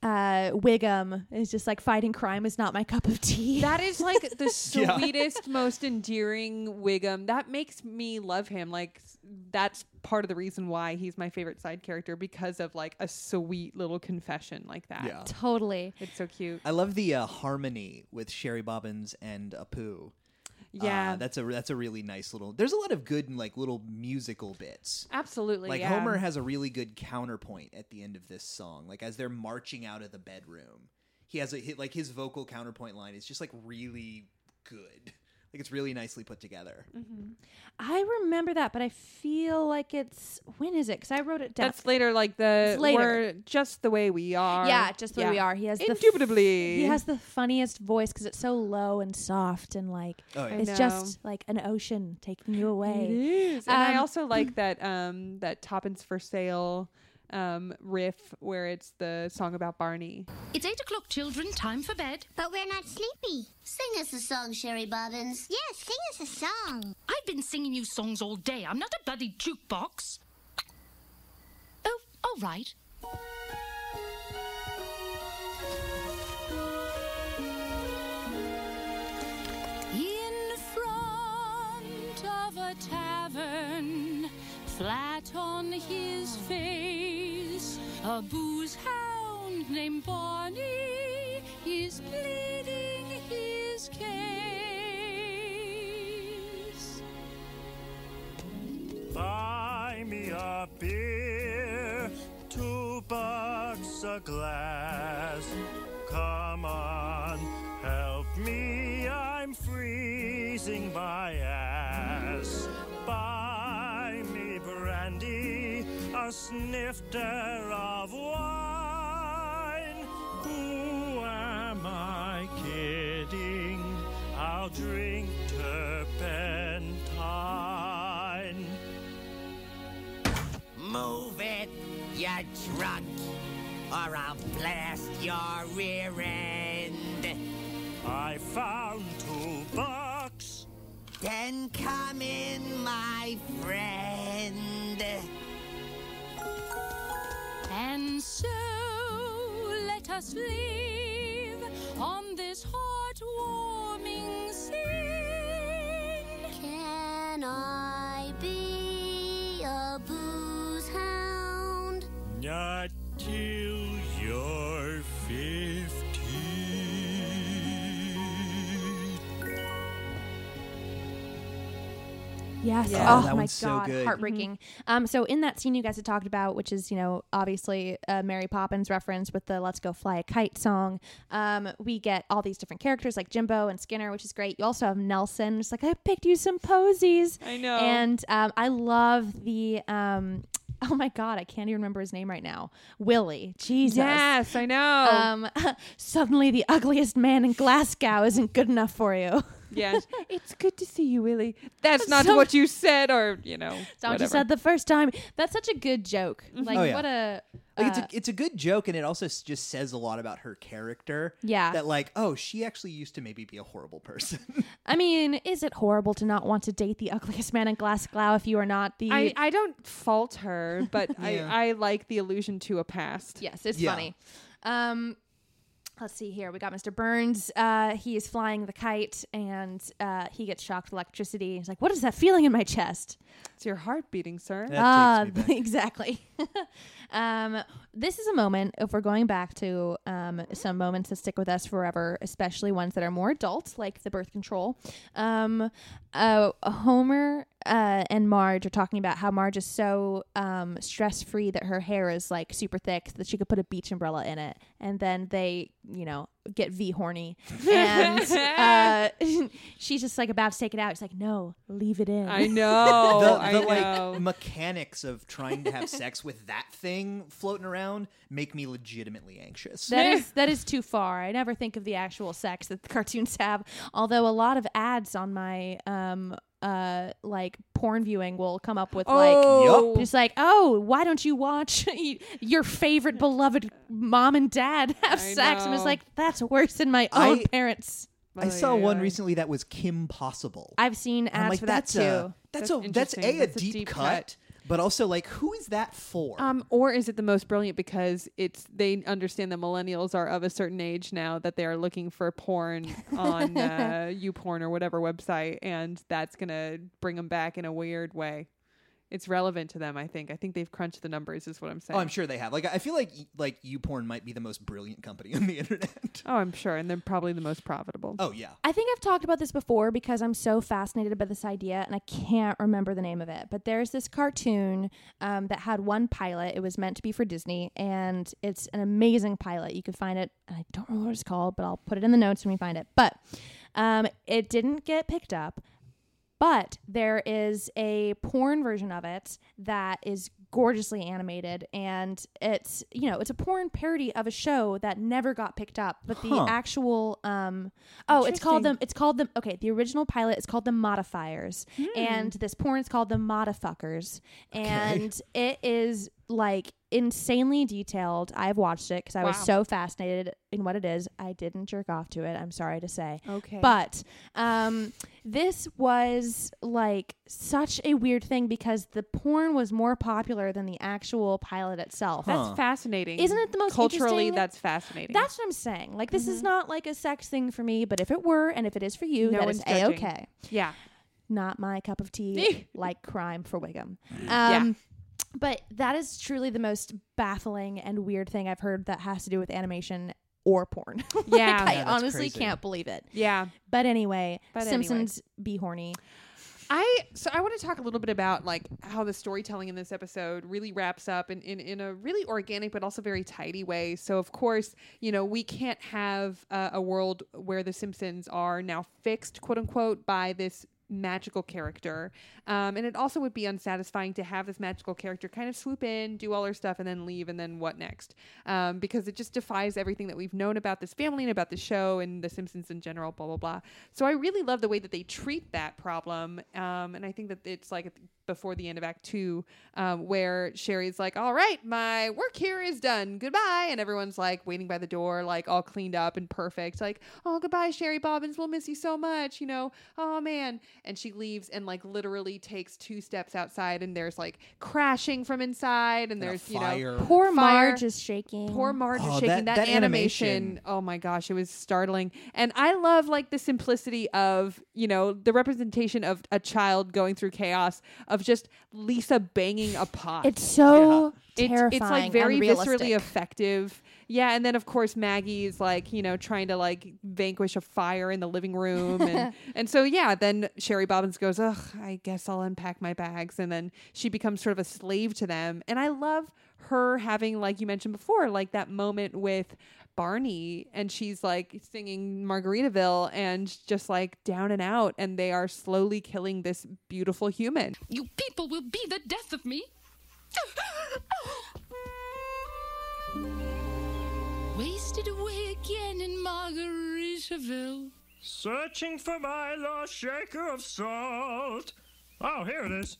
S1: uh, Wiggum is just like fighting crime is not my cup of tea.
S2: That is like *laughs* the *laughs*
S3: Yeah.
S2: sweetest, most endearing Wiggum. That makes me love him. Like s- that's part of the reason why he's my favorite side character because of like a sweet little confession like that.
S3: Yeah.
S1: totally.
S2: It's so cute.
S3: I love the uh, harmony with Sherry Bobbins and Apu.
S2: Yeah.
S3: Uh, that's a that's a really nice little. There's a lot of good like little musical bits.
S2: Absolutely.
S3: Like
S2: yeah.
S3: Homer has a really good counterpoint at the end of this song. Like as they're marching out of the bedroom, he has a hit like his vocal counterpoint line is just like really good. Like it's really nicely put together.
S1: I remember that, but I feel like it's when is it? Because I wrote it down.
S2: That's later, like the
S1: It's later.
S2: we're just the way we are.
S1: yeah, just the way
S2: Yeah.
S1: we are. He has the f-
S2: Indubitably.
S1: he has the funniest voice because it's so low and soft and like
S3: Oh, yeah. I
S1: it's
S2: know.
S1: just like an ocean taking you away.
S2: It is. And I
S1: Um,
S2: *clears throat* also like that um that Toppins for sale um riff where it's the song about Barney.
S7: It's eight o'clock, children. Time for bed.
S9: But we're not sleepy. Sing us a song, Sherry Bobbins. Yes, sing us a song.
S7: I've been singing you songs all day. I'm not a bloody jukebox. Oh, all right. In front of a tavern, flat on his face, a booze hound named Barney is pleading his case.
S11: Buy me a beer, two bucks a glass. Come on, help me, I'm free. squeezing my ass. Buy me brandy, a snifter of wine. Who am I kidding? I'll drink turpentine.
S12: Move it, you drunk, or I'll blast your rear end.
S11: I found two bucks.
S12: Then come in, my friend.
S7: And so let us leave on this heartwarming scene.
S9: Can I be a booze hound?
S11: Not till you're 15.
S1: Yes.
S3: Yeah.
S1: Oh,
S3: Oh, that
S1: my
S3: one's so
S1: god,
S3: good.
S1: heartbreaking. Um, so in that scene you guys had talked about, which is you know obviously uh, Mary Poppins reference with the "Let's Go Fly a Kite" song, um, we get all these different characters like Jimbo and Skinner, which is great. You also have Nelson, just like I picked you some posies.
S2: I know.
S1: And um, I love the. Um, *laughs* Oh my God, I can't even remember his name right now. Willie. Jesus.
S2: Yes, I know.
S1: Um, *laughs* suddenly, the ugliest man in Glasgow isn't good enough for you. *laughs*
S2: Yes. it's good to see you, Willie. That's not
S1: Some-
S2: what you said, or
S1: *laughs*
S2: you know,
S1: Someone
S2: whatever.
S1: just said the first time. That's such a good joke. Like
S3: Oh, yeah.
S1: what Mm-hmm. a
S3: Like it's
S1: uh,
S3: a it's a good joke, and it also s- just says a lot about her character.
S1: Yeah.
S3: that like, oh, she actually used to maybe be a horrible person. *laughs*
S1: I mean, is it horrible to not want to date the *laughs* ugliest man in Glasgow if you are not the?
S2: I, I don't fault
S1: *laughs*
S2: her, but
S1: Yeah.
S2: I, I like the allusion to a past.
S1: yes, it's
S2: Yeah.
S1: funny. Um, let's see here. We got Mr. Burns. Uh, he is flying the kite and uh, he gets shocked with electricity. He's like, "What is that feeling in my chest?"
S2: It's your heart beating, sir.
S1: Ah, *laughs* exactly. um, this is a moment if we're going back to um, some moments that stick with us forever, especially ones that are more adult, like the birth control. Um, uh, Homer uh, and Marge are talking about how Marge is so um, stress free that her hair is like super thick that she could put a beach umbrella in it, and then they, you know, get V horny, and uh, *laughs* she's just like about to take it out. She's like, "No, leave it in."
S2: I
S3: the
S2: know.
S3: *laughs* the,
S2: Oh, I know.
S3: like mechanics of trying to
S2: *laughs*
S3: have sex with that thing floating around make me legitimately anxious.
S1: That is that is too far. I never think of the actual sex that the *laughs* cartoons have. Although a lot of ads on my um uh like porn viewing will come up with
S2: Oh.
S1: like
S2: Yup.
S1: just like oh why don't you watch *laughs* y- your favorite beloved mom and dad have
S2: I
S1: sex? I'm just
S2: know.
S1: like that's worse than my own
S3: I-
S1: parents.
S3: I saw one recently that was Kim Possible.
S1: I've seen
S3: And I'm
S1: ads
S3: like,
S1: for that
S3: that's
S1: too.
S3: A, that's, a that's a,
S2: interesting.
S3: a
S2: That's
S3: deep, cut, but also like who is that for?
S2: Um, or is it the most brilliant because it's they understand that millennials are of a certain age now that they are looking for porn *laughs* on uh, YouPorn or whatever website, and that's gonna bring them back in a weird way. It's relevant to them, I think. I think they've crunched the numbers, is what I'm saying.
S3: oh, I'm sure they have. Like I feel like like YouPorn might be the most brilliant company on the *laughs* internet.
S2: Oh, I'm sure, and they're probably the most profitable.
S3: Oh yeah.
S1: I think I've talked about this before because I'm so fascinated by this idea and I can't remember the name of it. But there's this cartoon um, that had one pilot. It was meant to be for Disney and it's an amazing pilot. You could find it, and I don't remember what it's called, but I'll put it in the notes when we find it. But um, it didn't get picked up. But there is a porn version of it that is gorgeously animated and it's you know it's a porn parody of a show that never got picked up but the
S13: Huh.
S1: actual um oh it's called
S13: Interesting.
S1: the it's called the okay the original pilot is called the modifiers
S13: Hmm.
S1: and this porn is called the modifuckers and it is like insanely detailed i've watched it because i was
S13: Wow.
S1: so fascinated in what it is i didn't jerk off to it i'm sorry to say
S13: Okay.
S1: but um this was like such a weird thing because the porn was more popular than the actual pilot itself
S2: That's fascinating.
S1: isn't it the most
S2: culturally?
S1: interesting-
S2: That's fascinating.
S1: that's what I'm saying. Like this is not like a sex thing for me, but if it were and if it is for you,
S2: Mm-hmm. No
S1: that is
S2: one's judging.
S1: a-okay.
S2: *laughs* Yeah.
S1: Not my cup of
S2: *laughs*
S1: tea, like crime for Wiggum. Um
S2: Yeah.
S1: but that is truly the most baffling and weird thing I've heard that has to do with animation or porn. *laughs* Like,
S2: Yeah.
S1: I
S2: Yeah, that's
S1: honestly
S2: crazy.
S1: can't believe it.
S2: Yeah.
S1: But anyway,
S2: But anyway.
S1: Simpsons be horny.
S2: I so I want to talk a little bit about like how the storytelling in this episode really wraps up in, in, in a really organic but also very tidy way. So of course, you know, we can't have uh, a world where the Simpsons are now fixed, quote unquote, by this magical character. Um, and it also would be unsatisfying to have this magical character kind of swoop in, do all her stuff, and then leave, and then what next? Um, because it just defies everything that we've known about this family and about the show and The Simpsons in general, blah, blah, blah. So I really love the way that they treat that problem. Um, and I think that it's like at the- before the end of Act Two, um, where Sherry's like, all right, my work here is done. Goodbye. And everyone's like waiting by the door, like all cleaned up and perfect. Like, oh, goodbye, Sherry Bobbins. We'll miss you so much. You know, oh, man. And she leaves and like literally takes two steps outside and there's like crashing from inside and,
S1: a
S2: there's, you
S1: fire.
S2: know,
S1: Poor
S2: fire.
S1: Marge is shaking.
S2: Poor Marge is
S1: Oh,
S2: shaking. That,
S1: that- that
S2: animation,
S1: animation.
S2: Oh my gosh, it was startling. And I love like the simplicity of, you know, the representation of a child going through chaos of just Lisa banging a pot.
S1: It's so
S2: It's, it's
S1: terrifying
S2: like
S1: and
S2: very
S1: realistic.
S2: viscerally effective. Yeah, and then of course Maggie is like, you know, trying to like vanquish a fire in the living room and and so yeah, then Sherry Bobbins goes, "Ugh, I guess I'll unpack my bags." And then she becomes sort of a slave to them. And I love her having like you mentioned before, like that moment with Barney and she's like singing Margaritaville and just like down and out and they are slowly killing this beautiful human.
S7: You people will be the death of me. *laughs* Wasted away again in Margaritaville.
S11: Searching for my lost shaker of salt. Oh, here it is.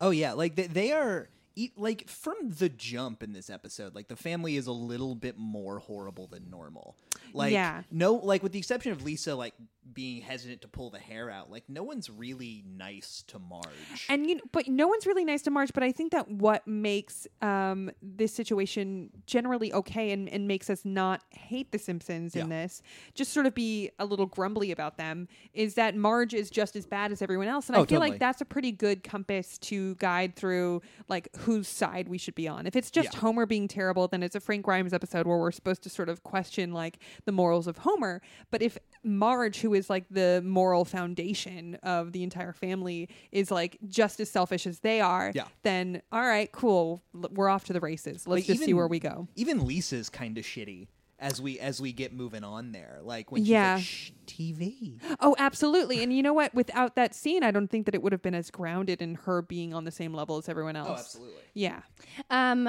S3: Oh yeah, like they, they are e- like from the jump in this episode, like the family is a little bit more horrible than normal. Like
S2: Yeah.
S3: no, like with the exception of Lisa, like being hesitant to pull the hair out, like no one's really nice to Marge.
S2: And you, know, but no one's really nice to Marge. But I think that what makes um, this situation generally okay and, and makes us not hate the Simpsons in this, just sort of be a little grumbly about them, is that Marge is just as bad as everyone else. And I
S13: Oh,
S2: feel
S13: totally.
S2: like that's a pretty good compass to guide through like whose side we should be on. If it's just
S13: Yeah.
S2: Homer being terrible, then it's a Frank Grimes episode where we're supposed to sort of question like the morals of Homer. But if Marge, who is like the moral foundation of the entire family, is like just as selfish as they are,
S3: Yeah.
S2: then all right, cool, L- we're off to the races. Let's
S3: Like,
S2: just see
S3: even-
S2: where we go.
S3: Even Lisa's kind of shitty as we as we get moving on there. Like when she's
S2: Yeah.
S3: like, Shh, TV.
S2: Oh, absolutely. And you know what? Without that scene, I don't think that it would have been as grounded in her being on the same level as everyone
S3: Oh,
S2: else.
S3: absolutely.
S2: Yeah.
S1: Um,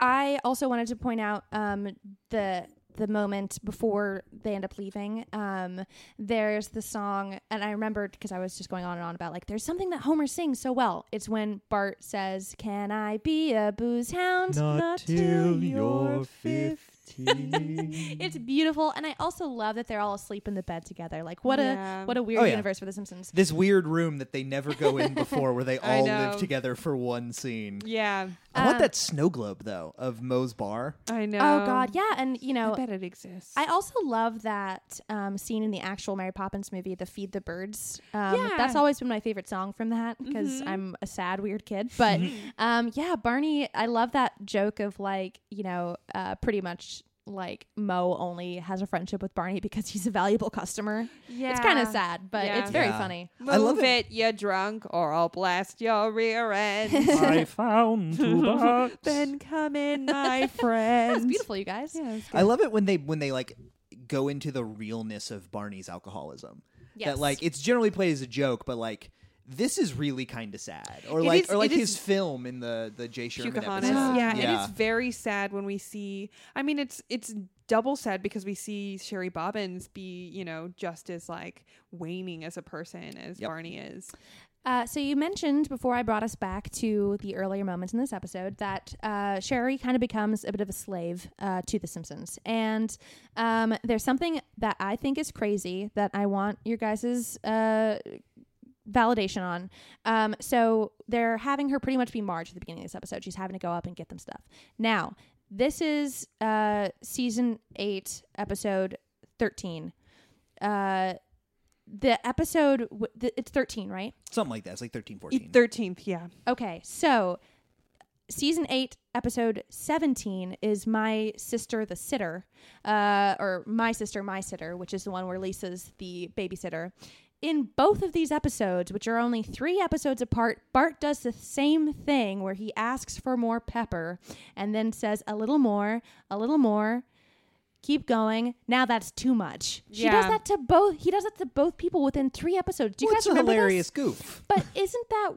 S1: I also wanted to point out um, the the moment before they end up leaving. Um, there's the song, and I remembered because I was just going on and on about like there's something that Homer sings so well. It's when Bart says, "Can I be a booze hound?"
S14: till you're
S1: 15. it's beautiful, and I also love that they're all asleep in the bed together. Like what
S2: Yeah.
S1: a what a weird
S3: Oh, yeah.
S1: universe for The Simpsons.
S3: *laughs* This weird room that they never go in before,
S2: *laughs*
S3: where they
S1: I
S3: all
S1: know.
S3: live together for one scene.
S2: Yeah. Uh,
S3: I want
S1: Um,
S3: that snow globe though of Moe's bar.
S2: I know.
S1: Oh God, yeah, and you know, I bet
S2: it exists.
S1: I also love that um, scene in the actual Mary Poppins movie, the "Feed the Birds." Um,
S2: Yeah.
S1: that's always been my favorite song from that because
S2: Mhm.
S1: I'm a sad, weird kid. But um, yeah, Barney, I love that joke of like, you know, uh, pretty much like Mo only has a friendship with Barney because he's a valuable customer. it's kind of sad, but it's very funny.
S2: I love it. you drunk, or I'll blast your *laughs* rear end. *laughs*
S11: I found two bucks.
S2: then come in, *laughs* my friend.
S1: That was beautiful, you guys. Yeah,
S3: I love it when they when they like go into the realness of Barney's alcoholism.
S1: Yes.
S3: That like it's generally played as a joke, but like this is really kind of sad. Or
S2: It
S3: like
S2: is-
S3: or like
S2: it
S3: his
S2: is-
S3: film in the the Jay Sherman
S2: Pocahontas.
S3: episode.
S2: Yeah, and it's very sad when we see. I mean, it's it's double sad because we see Sherry Bobbins be you know just as like waning as a person as Barney is.
S1: Uh, so you mentioned before I brought us back to the earlier moments in this episode that uh, Sherry kind of becomes a bit of a slave uh, to The Simpsons, and um, there's something that I think is crazy that I want your guys's uh, validation on. Um, so they're having her pretty much be Marge at the beginning of this episode. She's having to go up and get them stuff. Now this is uh, season eight, episode thirteen. Uh, the episode w- th- it's 13 right
S3: Something like that. It's like 13, 14.
S2: E, Thirteenth, yeah.
S1: okay so season 8 episode 17 is my sister the sitter uh, or my sister my sitter which is the one where lisa's the babysitter in both of these episodes, which are only three episodes apart, Bart does the same thing where he asks for more pepper and then says, a little more, a little more. Keep going. Now that's too much. She does
S2: Yeah.
S1: that to both. He does that to both people within three episodes. Do you guys
S3: What's a
S1: remember this?
S3: hilarious goof?
S1: But isn't that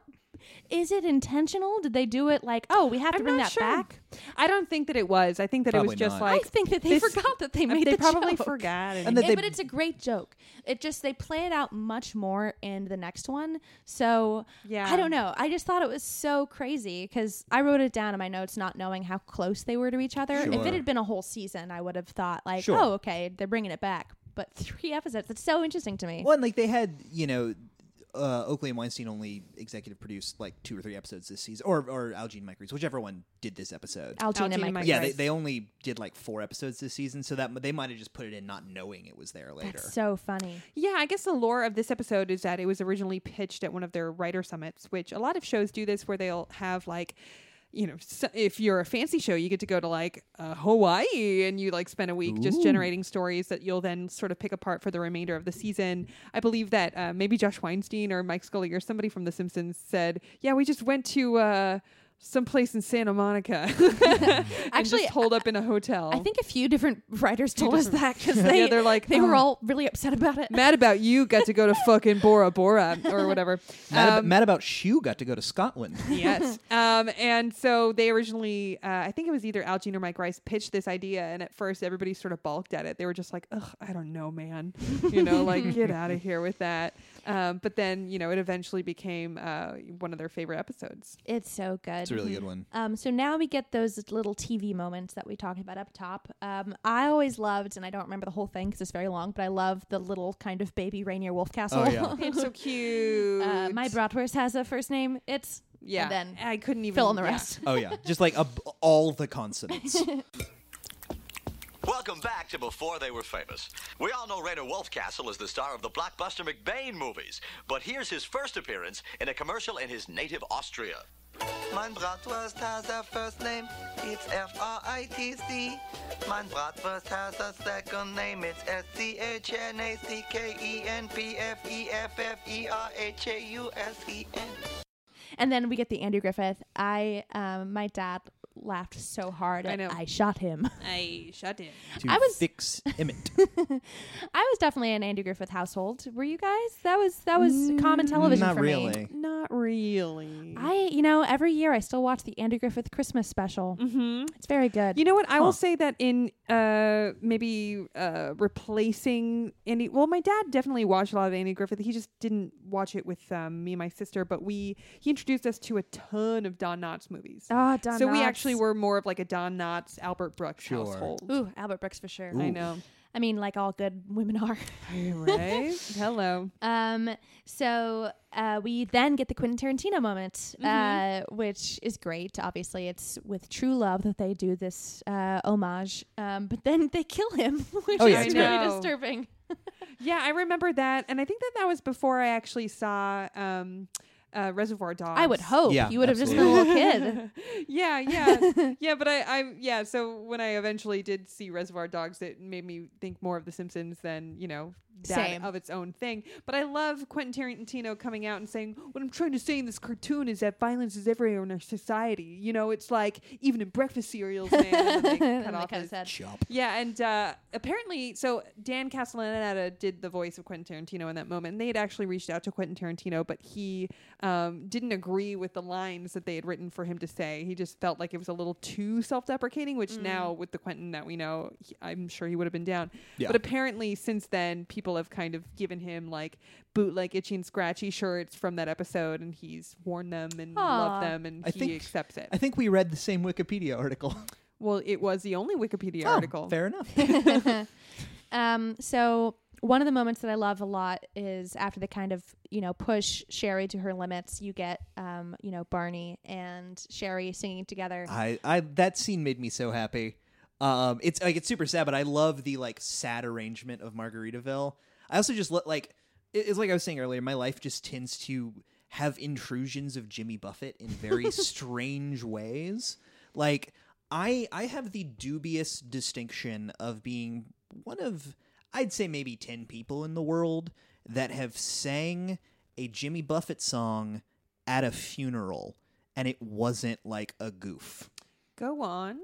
S1: is it intentional? Did they do it like, oh, we have to bring that back?
S2: I don't think that it was. I think that it
S3: Probably
S2: was just
S3: not.
S2: like
S1: I think that they
S2: this-
S1: forgot that they made
S2: They
S1: the
S2: probably
S1: joke.
S2: forgot and-
S1: and
S2: And that they-
S1: but it's a great joke. It just they play it out much more in the next one. So
S2: Yeah.
S1: I don't know. I just thought it was so crazy because I wrote it down in my notes, not knowing how close they were to each other. If
S2: Sure.
S1: it had been a whole season, I would have thought like,
S3: Sure.
S1: oh, okay, they're bringing it back. But three *laughs* episodes. That's so interesting to me.
S3: Well, and like they had, you know, uh, Oakley and Weinstein only executive produced like two or three episodes this season, or or Algene and Mike Reese, whichever one did this episode.
S1: Algene and Algene and Mike Mike
S3: Yeah, they,
S1: Reese.
S3: they only did like four episodes this season, so that they might have just put it in not knowing it was there later.
S1: So funny.
S2: Yeah, I guess the lore of this episode is that it was originally pitched at one of their writer summits, which a lot of shows do this where they'll have like you know, s if you're a fancy show, you get to go to like uh, Hawaii and you like spend a week just
S13: Ooh.
S2: generating stories that you'll then sort of pick apart for the remainder of the season. I believe that uh, maybe Josh Weinstein or Mike Scully or somebody from The Simpsons said, "Yeah, we just went to uh, some place in Santa Monica, *laughs* actually just holed up in a hotel."
S1: I think a few different *laughs* writers
S2: Few
S1: told us that *laughs*
S2: different-
S1: because
S2: Yeah,
S1: they
S2: they're like,
S1: they were
S2: "Oh."
S1: all really upset about it.
S2: mad about you got to go to fucking Bora Bora or whatever.
S3: Mad, ab-
S2: Um,
S3: mad about Shu got to go to
S2: *laughs*
S3: Scotland.
S2: yes. Um, and so they originally, uh, I think it was either Algene or Mike Rice pitched this idea, and at first everybody sort of balked at it. They were just like, "Ugh, I don't know, *laughs* man," you know, like get out of here with that. Um, but then, you know, it eventually became uh, one of their favorite episodes.
S1: It's so good.
S3: It's a really good one.
S1: Um, so now we get those little TV moments that we talked about up top. Um, I always loved, and I don't remember the whole thing because it's very long, but I love the little kind of baby Rainier Wolfcastle.
S3: Oh, yeah.
S2: *laughs* It's *laughs* so cute.
S1: *laughs* Uh, my bratwurst has a first name. It's
S2: Yeah.
S1: And then
S2: I couldn't even
S1: fill in the rest.
S3: Oh yeah, just like a, all
S2: *laughs*
S3: the consonants.
S15: Welcome back to Before They Were Famous. We all know Rainer Wolfcastle is the star of the blockbuster McBain movies, but here's his first appearance in a commercial in his native Austria.
S12: Mein Bratwurst has a first name, it's F R I T C. Mein Bratwurst has a second name, it's S C H N A C K E N P F E F F E R H A U S E N.
S1: *laughs* And then we get the Andrew Griffith. I, um, my dad laughed so hard.
S2: I
S1: at
S2: know.
S1: I shot him.
S2: I shut in.
S1: I was-
S3: fix
S2: *laughs*
S3: Emmett.
S1: *laughs* I was definitely an Andrew Griffith household. Were you guys? That was that was common
S2: Mm,
S1: television.
S3: not
S1: for
S3: really.
S1: Me.
S2: Not really.
S1: I, you know, every year I still watch the Andrew Griffith Christmas special.
S2: Mm-hmm.
S1: It's very good.
S2: You know what? I will say that in uh, maybe uh, replacing Andy. Well, my dad definitely watched a lot of Andy Griffith. He just didn't watch it with um, me and my sister, but we he introduced us to a ton of Don Knotts movies.
S1: Ah, Don
S2: So we
S1: Knotts.
S2: actually were more of like a Don Knotts, Albert Brooks
S1: Sure.
S2: household.
S1: Ooh, Albert Brooks for sure.
S2: I Ooh.
S1: *laughs*
S2: know.
S1: I mean, like all good women are. *laughs*
S2: Right? *laughs* Hello.
S1: Um, so uh, we then get the Quentin Tarantino moment,
S2: Mhm.
S1: uh, which is great. Obviously, it's with True Love that they do this uh, homage, um, but then they kill him, *laughs* which
S2: Oh, yeah,
S1: is
S2: it's
S1: really
S2: great.
S1: disturbing.
S2: Yeah, I remember that, and I think that that was before I actually saw um, uh, Reservoir Dogs.
S1: I would hope
S2: Yeah,
S1: you would have just been a little
S2: absolutely. *laughs*
S1: kid. *laughs*
S2: yeah, yeah, yeah. But I, I, yeah. So when I eventually did see Reservoir Dogs, it made me think more of The Simpsons than you know that
S1: Same.
S2: of its own thing. But I love Quentin Tarantino coming out and saying, "What I'm trying to say in this cartoon is that violence is everywhere in our society. You know, it's like even in breakfast cereals, man."
S1: *laughs*
S2: And then they cut
S1: And they
S2: off
S1: cut his
S2: his
S1: head.
S3: Chop.
S2: yeah, and uh, apparently, so Dan Castellaneta did the voice of Quentin Tarantino in that moment. And they had actually reached out to Quentin Tarantino, but he um, didn't agree with the lines that they had written for him to say. He just felt like it was a little too self-deprecating. Which
S13: Mm.
S2: now, with the Quentin that we know, he- I'm sure he would have been down.
S13: Yeah.
S2: But apparently, since then, people have kind of given him like bootleg itchy and scratchy shirts from that episode, and he's worn them and
S1: Aw.
S2: loved them, and
S3: I
S2: he
S3: think-
S2: accepts it.
S3: I think we read the same Wikipedia article.
S2: well, it was the only Wikipedia
S3: Oh,
S2: article.
S3: fair enough.
S2: *laughs*
S1: Um, so one of the moments that I love a lot is after they kind of, you know, push Sherry to her limits, you get, um, you know, Barney and Sherry singing together.
S3: I, I that scene made me so happy. Um, it's like it's super sad, but I love the like sad arrangement of Margaritaville. I also just lo- like it- it's like I was saying earlier. My life just tends to have intrusions of Jimmy Buffett in very strange ways. Like I I have the dubious distinction of being one of I'd say maybe 10 people in the world that have sang a Jimmy Buffett song at a funeral and it wasn't like a goof.
S2: Go on.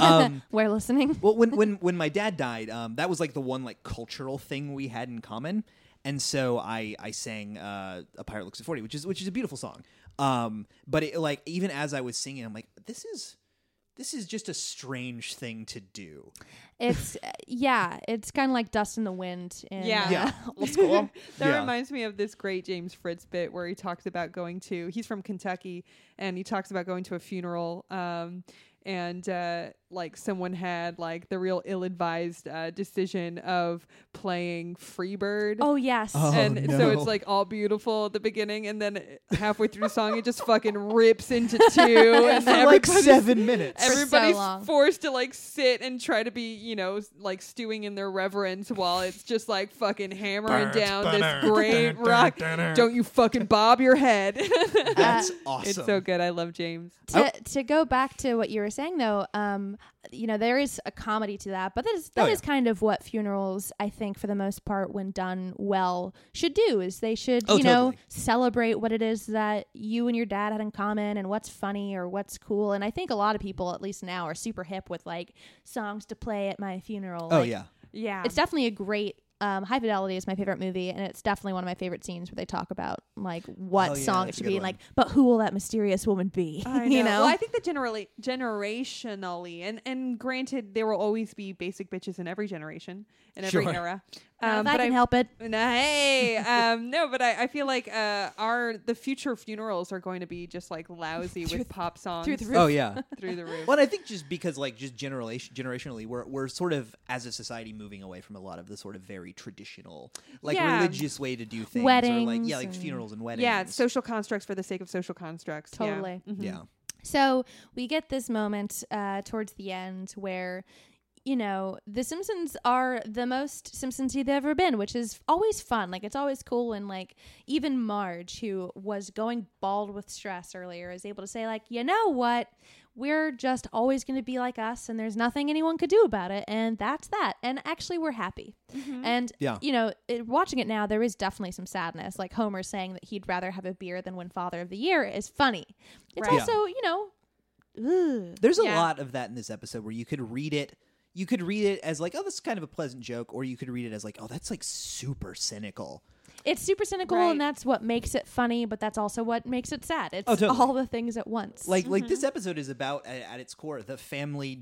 S3: Um,
S1: We're listening.
S3: well, when when when my dad died, um, that was like the one like cultural thing we had in common, and so I I sang uh, "A Pirate Looks at 40, which is which is a beautiful song. Um, but it like even as I was singing, I'm like, this is this is just a strange thing to do.
S1: It's *laughs* yeah, it's kind of like dust in the wind. In,
S2: Yeah. *laughs*
S3: Yeah.
S1: uh, old
S3: *laughs*
S1: school.
S2: that
S3: Yeah.
S2: reminds me of this great James Fritz bit where he talks about going to, he's from Kentucky, and he talks about going to a funeral. Um, and uh, like someone had like the real ill-advised uh, decision of playing Freebird.
S1: Oh, yes.
S3: Uh-huh.
S1: Oh,
S2: and so
S1: no.
S2: it's like all beautiful at the beginning, and then uh, halfway through the song, it just fucking rips into
S3: *laughs*
S2: two, and
S3: For, like,
S2: everybody's-
S3: seven minutes. For so
S2: Everybody's
S1: long.
S2: forced to like sit and try to be, you know, s- like stewing in their reverence while it's just like fucking hammering down this great rock. Don't you fucking bob your head. *laughs*
S3: That's
S2: It's
S3: awesome.
S2: so good. I love James.
S1: To, to go back to what you were saying though, um, you know there is a comedy to that, but that is that is
S2: Oh, yeah.
S1: kind of what funerals I think for the most part, when done well, should do is they should
S2: Oh,
S1: you know
S2: totally.
S1: celebrate what it is that you and your dad had in common and what's funny or what's cool. And I think a lot of people, at least now, are super hip with like songs to play at my funeral.
S3: Oh,
S1: Like,
S3: yeah.
S2: Yeah.
S1: it's definitely a great. Um, High Fidelity is my favorite movie, and it's definitely one of my favorite scenes where they talk about like what
S2: Oh, yeah,
S1: song it
S2: that's a
S1: should
S2: good
S1: be, and
S2: one.
S1: like, but who will that mysterious woman be? *laughs*
S2: I
S1: you know,
S2: Well, I think that generally, generationally, and and granted, there will always be basic bitches in every generation, in every
S1: Sure.
S2: era. Um,
S1: Not
S2: Uh,
S1: if I can help it.
S2: Nah, hey, um, no, but I, I feel like uh, our the future funerals are going to be just like *laughs* lousy with pop songs
S1: through the
S2: *laughs*
S3: Oh yeah,
S2: through the roof.
S3: Well, and I think just because like just generation generationally, we're we're sort of as a society moving away from a lot of the sort of very traditional, like
S2: Yeah.
S3: religious way to do things, or like yeah, like
S1: Weddings and-
S3: funerals and weddings.
S2: Yeah, it's social constructs for the sake of social constructs. Yeah.
S1: Totally.
S2: Mhm.
S3: Yeah.
S1: So we get this moment uh, towards the end where, you know, the Simpsons are the most Simpsonsy they've ever been, which is always fun. Like it's always cool, and like even Marge, who was going bald with stress earlier, is able to say like, you know what, we're just always going to be like us, and there's nothing anyone could do about it, and that's that. And actually, we're happy. And
S13: Yeah.
S1: you know, it, watching it now, there is definitely some sadness. Like Homer saying that he'd rather have a beer than win Father of the Year is funny. It's
S3: Right. Yeah.
S1: also, you know, ugh.
S3: There's a lot of that in this episode where you could read it. You could read it as like, oh, this is kind of a pleasant joke, or you could read it as like, oh, that's like super cynical.
S1: It's super cynical, and that's what makes it funny. But that's also what makes it sad. It's
S3: Oh, totally.
S1: all the things at once.
S3: Like, like
S1: Mm-hmm.
S3: this episode is about at, at its core the family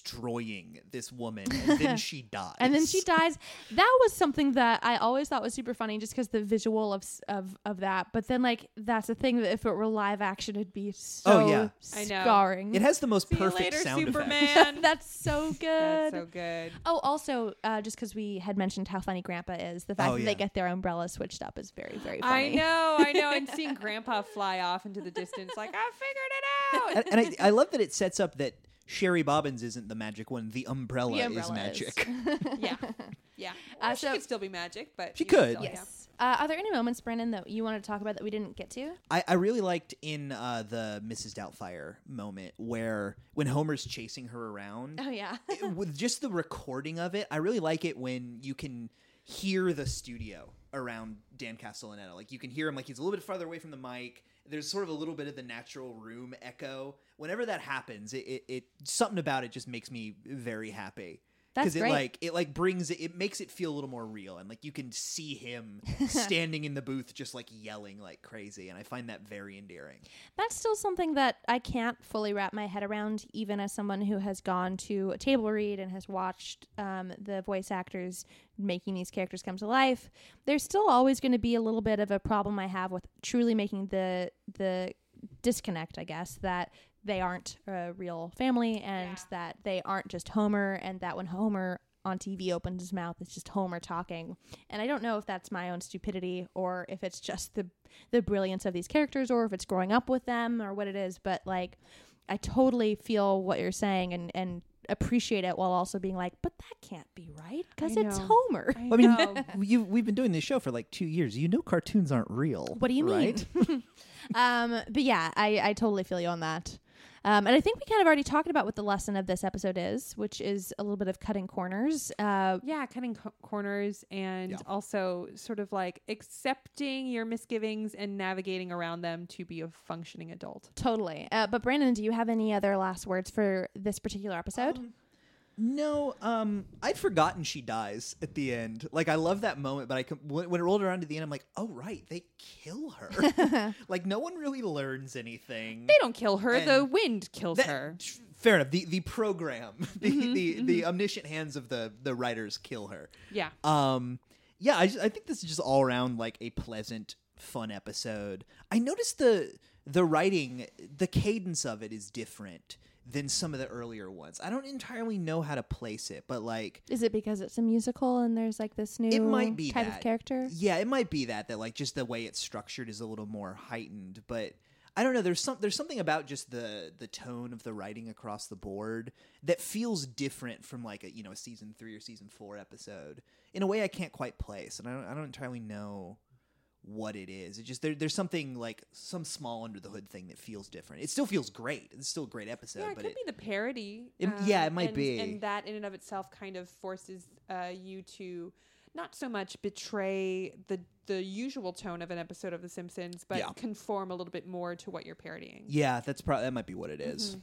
S3: destroying this woman, and
S1: *laughs*
S3: then she dies,
S1: And then she dies. That was something that I always thought was super funny, just because the visual of, s- of of that. But then, like, that's a thing that if it were live action, it'd be so
S3: oh yeah,
S1: I know. scarring.
S3: It has the most
S1: See you
S3: perfect
S1: later,
S3: sound effect.
S2: Superman.
S1: *laughs* that's so good.
S2: *laughs* That's so good.
S1: Oh, also, uh, just because we had mentioned how funny Grandpa is, the fact
S3: Oh,
S1: that
S3: yeah.
S1: they get their umbrella switched up is very, very
S2: I
S1: funny.
S2: know, I know.
S3: *laughs*
S2: And seeing Grandpa fly off into the distance, like I figured it out.
S3: and, and I, I love that it sets up that Sherry Bobbins isn't the magic one. The umbrella,
S2: The umbrella
S3: is magic.
S2: yeah,
S3: *laughs*
S2: yeah. Well, she could still be magic, but
S3: Uh, She
S2: you know,
S3: could.
S2: still, yeah.
S1: Yes. Uh, are there any moments, Brennan, that you want to talk about that we didn't get to?
S3: I, I really liked in uh, the Mrs. Doubtfire moment where when Homer's chasing her around.
S1: Oh yeah. *laughs*
S3: it- with just the recording of it, I really like it when you can hear the studio around Dan Castellaneta. Like you can hear him like he's a little bit farther away from the mic. There's sort of a little bit of the natural room echo. Whenever that happens, it, it, it something about it just makes me very happy.
S1: That's
S3: it
S1: great.
S3: like it like brings it, it makes it feel a little more real and like you can
S1: *laughs*
S3: see him standing in the booth just like yelling like crazy and I find that very endearing.
S1: That's still something that I can't fully wrap my head around, even as someone who has gone to a table read and has watched um, the voice actors making these characters come to life. There's still always going to be a little bit of a problem I have with truly making the the disconnect, I guess, that they aren't a real family and that they aren't just Homer, and that when Homer on TV opens his mouth, it's just Homer talking. And I don't know if that's my own stupidity or if it's just the the brilliance of these characters or if it's growing up with them or what it is, but like I totally feel what you're saying and and appreciate it while also being like, but that can't be right because
S2: I
S1: it's
S2: know.
S1: Homer.
S2: I
S3: I *laughs* mean, you we've been doing this show for like 2 years. You know cartoons aren't real.
S1: What do you *laughs*
S3: right? *laughs*
S1: mean? um, but yeah, I, I totally feel you on that. Um, and I think we kind of already talked about what the lesson of this episode is, which is a little bit of cutting corners. Uh,
S2: yeah, cutting co- corners and also sort of like accepting your misgivings and navigating around them to be a functioning adult.
S1: Totally. Uh, but Brandon, do you have any other last words for this particular episode?
S3: Um, no, um, I'd forgotten she dies at the end. Like I love that moment, but I com- when, when it rolled around to the end, I'm like, oh right, they kill
S2: *laughs*
S3: her. like no one really learns anything.
S2: They don't kill her. the wind kills
S3: *laughs*
S2: her. Mm-hmm,
S3: Fair enough. The the program, *laughs* the the, the omniscient hands of the the writers kill her.
S2: Yeah.
S3: Um, yeah, I, just, I think this is just all around like a pleasant, fun episode. I noticed the the writing, the cadence of it is different than some of the earlier ones. I don't entirely know how to place it, but like
S1: Is it because it's a musical and there's like this new
S3: it might be
S1: type
S3: that.
S1: of character?
S3: Yeah, it might be that that like just the way it's structured is a little more heightened, but I don't know. There's some there's something about just the the tone of the writing across the board that feels different from like a you know a season three or season four episode in a way I can't quite place, and I don't I don't entirely know what it is. It just there, there's something like some small under the hood thing that feels different. It still feels great. It's still a great episode,
S2: Yeah, it
S3: but
S2: could be the parody. um,
S3: It- yeah, it might
S2: and-
S3: be.
S2: And that in and of itself kind of forces uh, you to not so much betray the the usual tone of an episode of The Simpsons, but
S3: Yeah.
S2: conform a little bit more to what you're parodying.
S3: yeah, that's probably that might be what it is.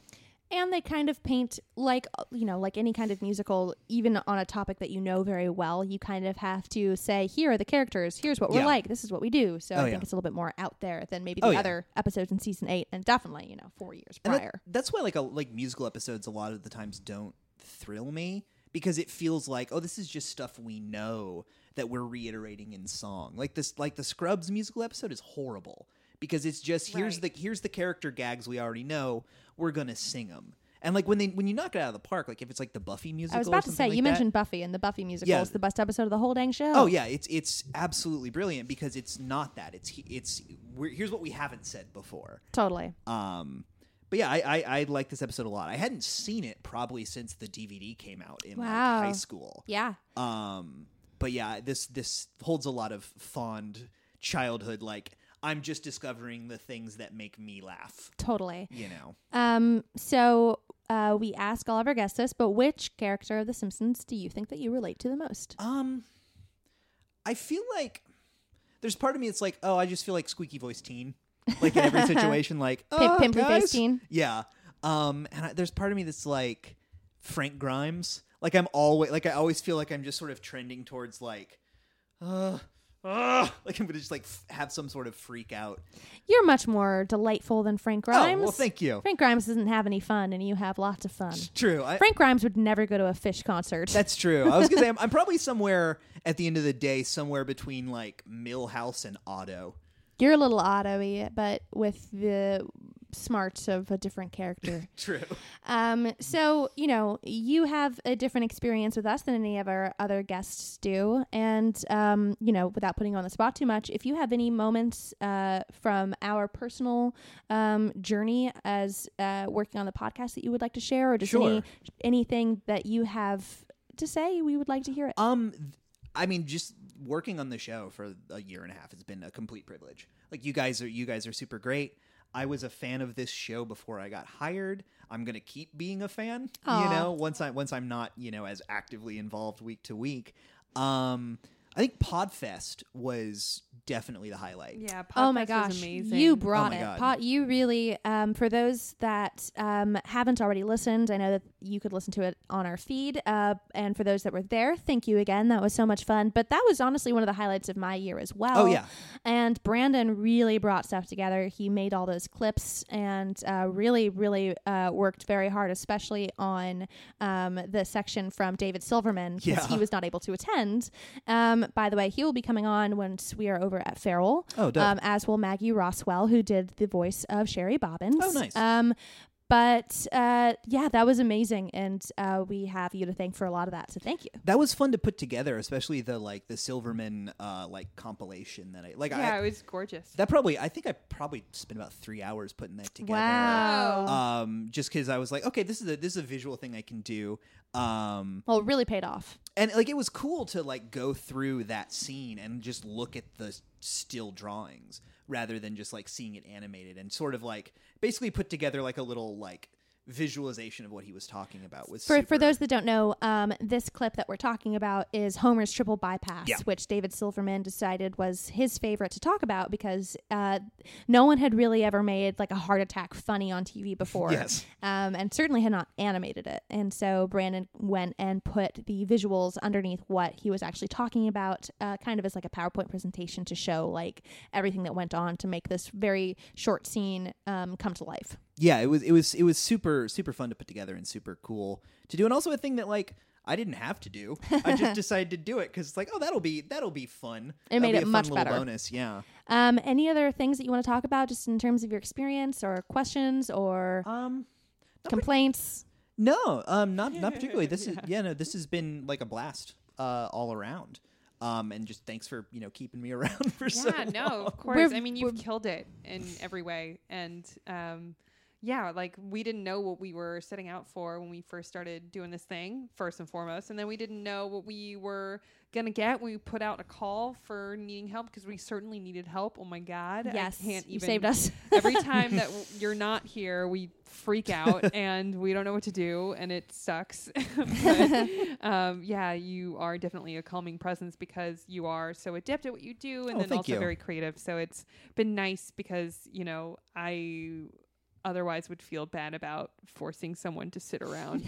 S1: and they kind of paint like uh, you know like any kind of musical even on a topic that you know very well you kind of have to say here are the characters here's what we're
S13: Yeah.
S1: like this is what we do so
S3: Oh,
S1: i
S3: yeah.
S1: think it's a little bit more out there than maybe the
S3: Oh, yeah.
S1: other episodes in season 8 and definitely you know 4 years
S3: And that-
S1: prior
S3: that's why like a, like musical episodes a lot of the times don't thrill me because it feels like oh this is just stuff we know that we're reiterating in song. Like this like the Scrubs musical episode is horrible because it's just here's the here's the character gags we already know we're gonna sing them. And like when they when you knock it out of the park, like if it's like the Buffy musical,
S1: i was
S3: or
S1: about to say
S3: something like
S1: you
S3: that-
S1: mentioned buffy and the buffy musical
S3: Yeah.
S1: is the best episode of the whole dang show
S3: Oh yeah, it's it's absolutely brilliant because it's not that. It's it's we're, here's what we haven't said before.
S1: totally
S3: Um, but yeah, I, I I like this episode a lot. I hadn't seen it probably since the DVD came out in
S1: wow
S3: like high school.
S1: yeah
S3: Um, but yeah, this this holds a lot of fond childhood. Like I'm just discovering the things that make me laugh.
S1: totally
S3: You know,
S1: um so uh, we ask all of our guests this, but which character of The Simpsons do you think that you relate to the most?
S3: Um, I feel like there's part of me. It's like oh, I just feel like squeaky voice teen. Like in *laughs* every situation, like
S1: Pim-
S3: oh,
S1: pimply
S3: guys.
S1: face teen.
S3: Yeah. Um, and I, there's part of me that's like Frank Grimes. Like I'm always like I always feel like I'm just sort of trending towards like, uh, uh like I'm gonna just like f- have some sort of freak out.
S1: You're much more delightful than Frank Grimes.
S3: Oh, well, thank you.
S1: Frank Grimes doesn't have any fun, and you have lots of fun.
S3: True. I,
S1: Frank Grimes would never go to a fish concert.
S3: That's true. I was gonna say I'm, I'm probably somewhere at the end of the day somewhere between like Millhouse and Otto.
S1: You're a little auto but with the smarts of a different character.
S3: True.
S1: Um, so, you know, you have a different experience with us than any of our other guests do. And, um, you know, without putting you on the spot too much, if you have any moments uh, from our personal um, journey as uh, working on the podcast that you would like to share or just any,
S3: Sure.
S1: anything that you have to say, we would like to hear it.
S3: Um, I mean, just working on the show for a year and a half has been a complete privilege. Like you guys are you guys are super great. I was a fan of this show before I got hired. I'm gonna keep being a fan. You
S16: Aw.
S3: know, once I once I'm not you know as actively involved week to week. Um, I think Podfest was definitely the highlight.
S2: Yeah,
S1: oh my gosh, you brought it. Pot, you really. Um, for those that um, haven't already listened, I know that you could listen to it on our feed. Uh, and for those that were there, thank you again. That was so much fun. But that was honestly one of the highlights of my year as well.
S3: Oh, yeah.
S1: And Brandon really brought stuff together. He made all those clips and uh, really, really uh, worked very hard, especially on um, the section from David Silverman because
S13: Yeah.
S1: he was not able to attend. Um, by the way, he will be coming on once we are over at Farrell.
S13: Oh, dope.
S1: um, as will Maggie Roswell, who did the voice of Sherry Bobbins.
S13: Oh, nice.
S1: Um, but uh, yeah, that was amazing, and uh, we have you to thank for a lot of that. So thank you.
S3: That was fun to put together, especially the like the Silverman uh like compilation that I like.
S2: yeah,
S3: I,
S2: it was gorgeous.
S3: That probably, I think I probably spent about three hours putting that together.
S1: Oh. Wow.
S3: Um, just because I was like, okay, this is a this is a visual thing I can do. Um,
S1: Well, it really paid off.
S3: and like it was cool to like go through that scene and just look at the still drawings rather than just like seeing it animated and sort of like basically put together like a little like visualization of what he was talking about was
S1: For,
S3: super-
S1: for those that don't know, um, this clip that we're talking about is Homer's triple bypass,
S3: Yeah.
S1: which David Silverman decided was his favorite to talk about because uh, no one had really ever made like a heart attack funny on TV before,
S3: Yes.
S1: um, and certainly had not animated it. And so Brandon went and put the visuals underneath what he was actually talking about, uh, kind of as like a PowerPoint presentation to show like everything that went on to make this very short scene um, come to life.
S3: yeah it was it was it was super super fun to put together and super cool to do and also a thing that like i didn't have to do
S1: *laughs*
S3: i just decided to do it because it's like oh that'll be that'll be fun
S1: It made
S3: That'll
S1: it
S3: be a fun
S1: much
S3: little
S1: better.
S3: bonus yeah
S1: Um, any other things that you want to talk about, just in terms of your experience or questions or
S3: um,
S1: complaints?
S3: No, um, not not particularly. This is yeah, no, this has been like a blast uh, all around. Um, and just thanks for you know keeping me *laughs* around for so.
S1: *laughs*
S2: yeah, no, of course.
S1: We're-
S2: I mean, you've killed it in every way, and um, yeah, like we didn't know what we were setting out for when we first started doing this thing, first and foremost, and then we didn't know what we were gonna get. We put out a call for needing help because we certainly needed help. Oh my god,
S1: Yes,
S2: I can't even.
S1: you saved us. *laughs*
S2: every time that w- you're not here, we freak
S3: *laughs*
S2: out and we don't know what to do, and it sucks. *laughs* but, um, yeah, you are definitely a calming presence because you are so adept at what you do, and
S13: Oh,
S2: then
S13: thank
S2: also
S13: you.
S2: very creative. So it's been nice because you know I otherwise would feel bad about forcing someone to sit
S3: *laughs*
S2: around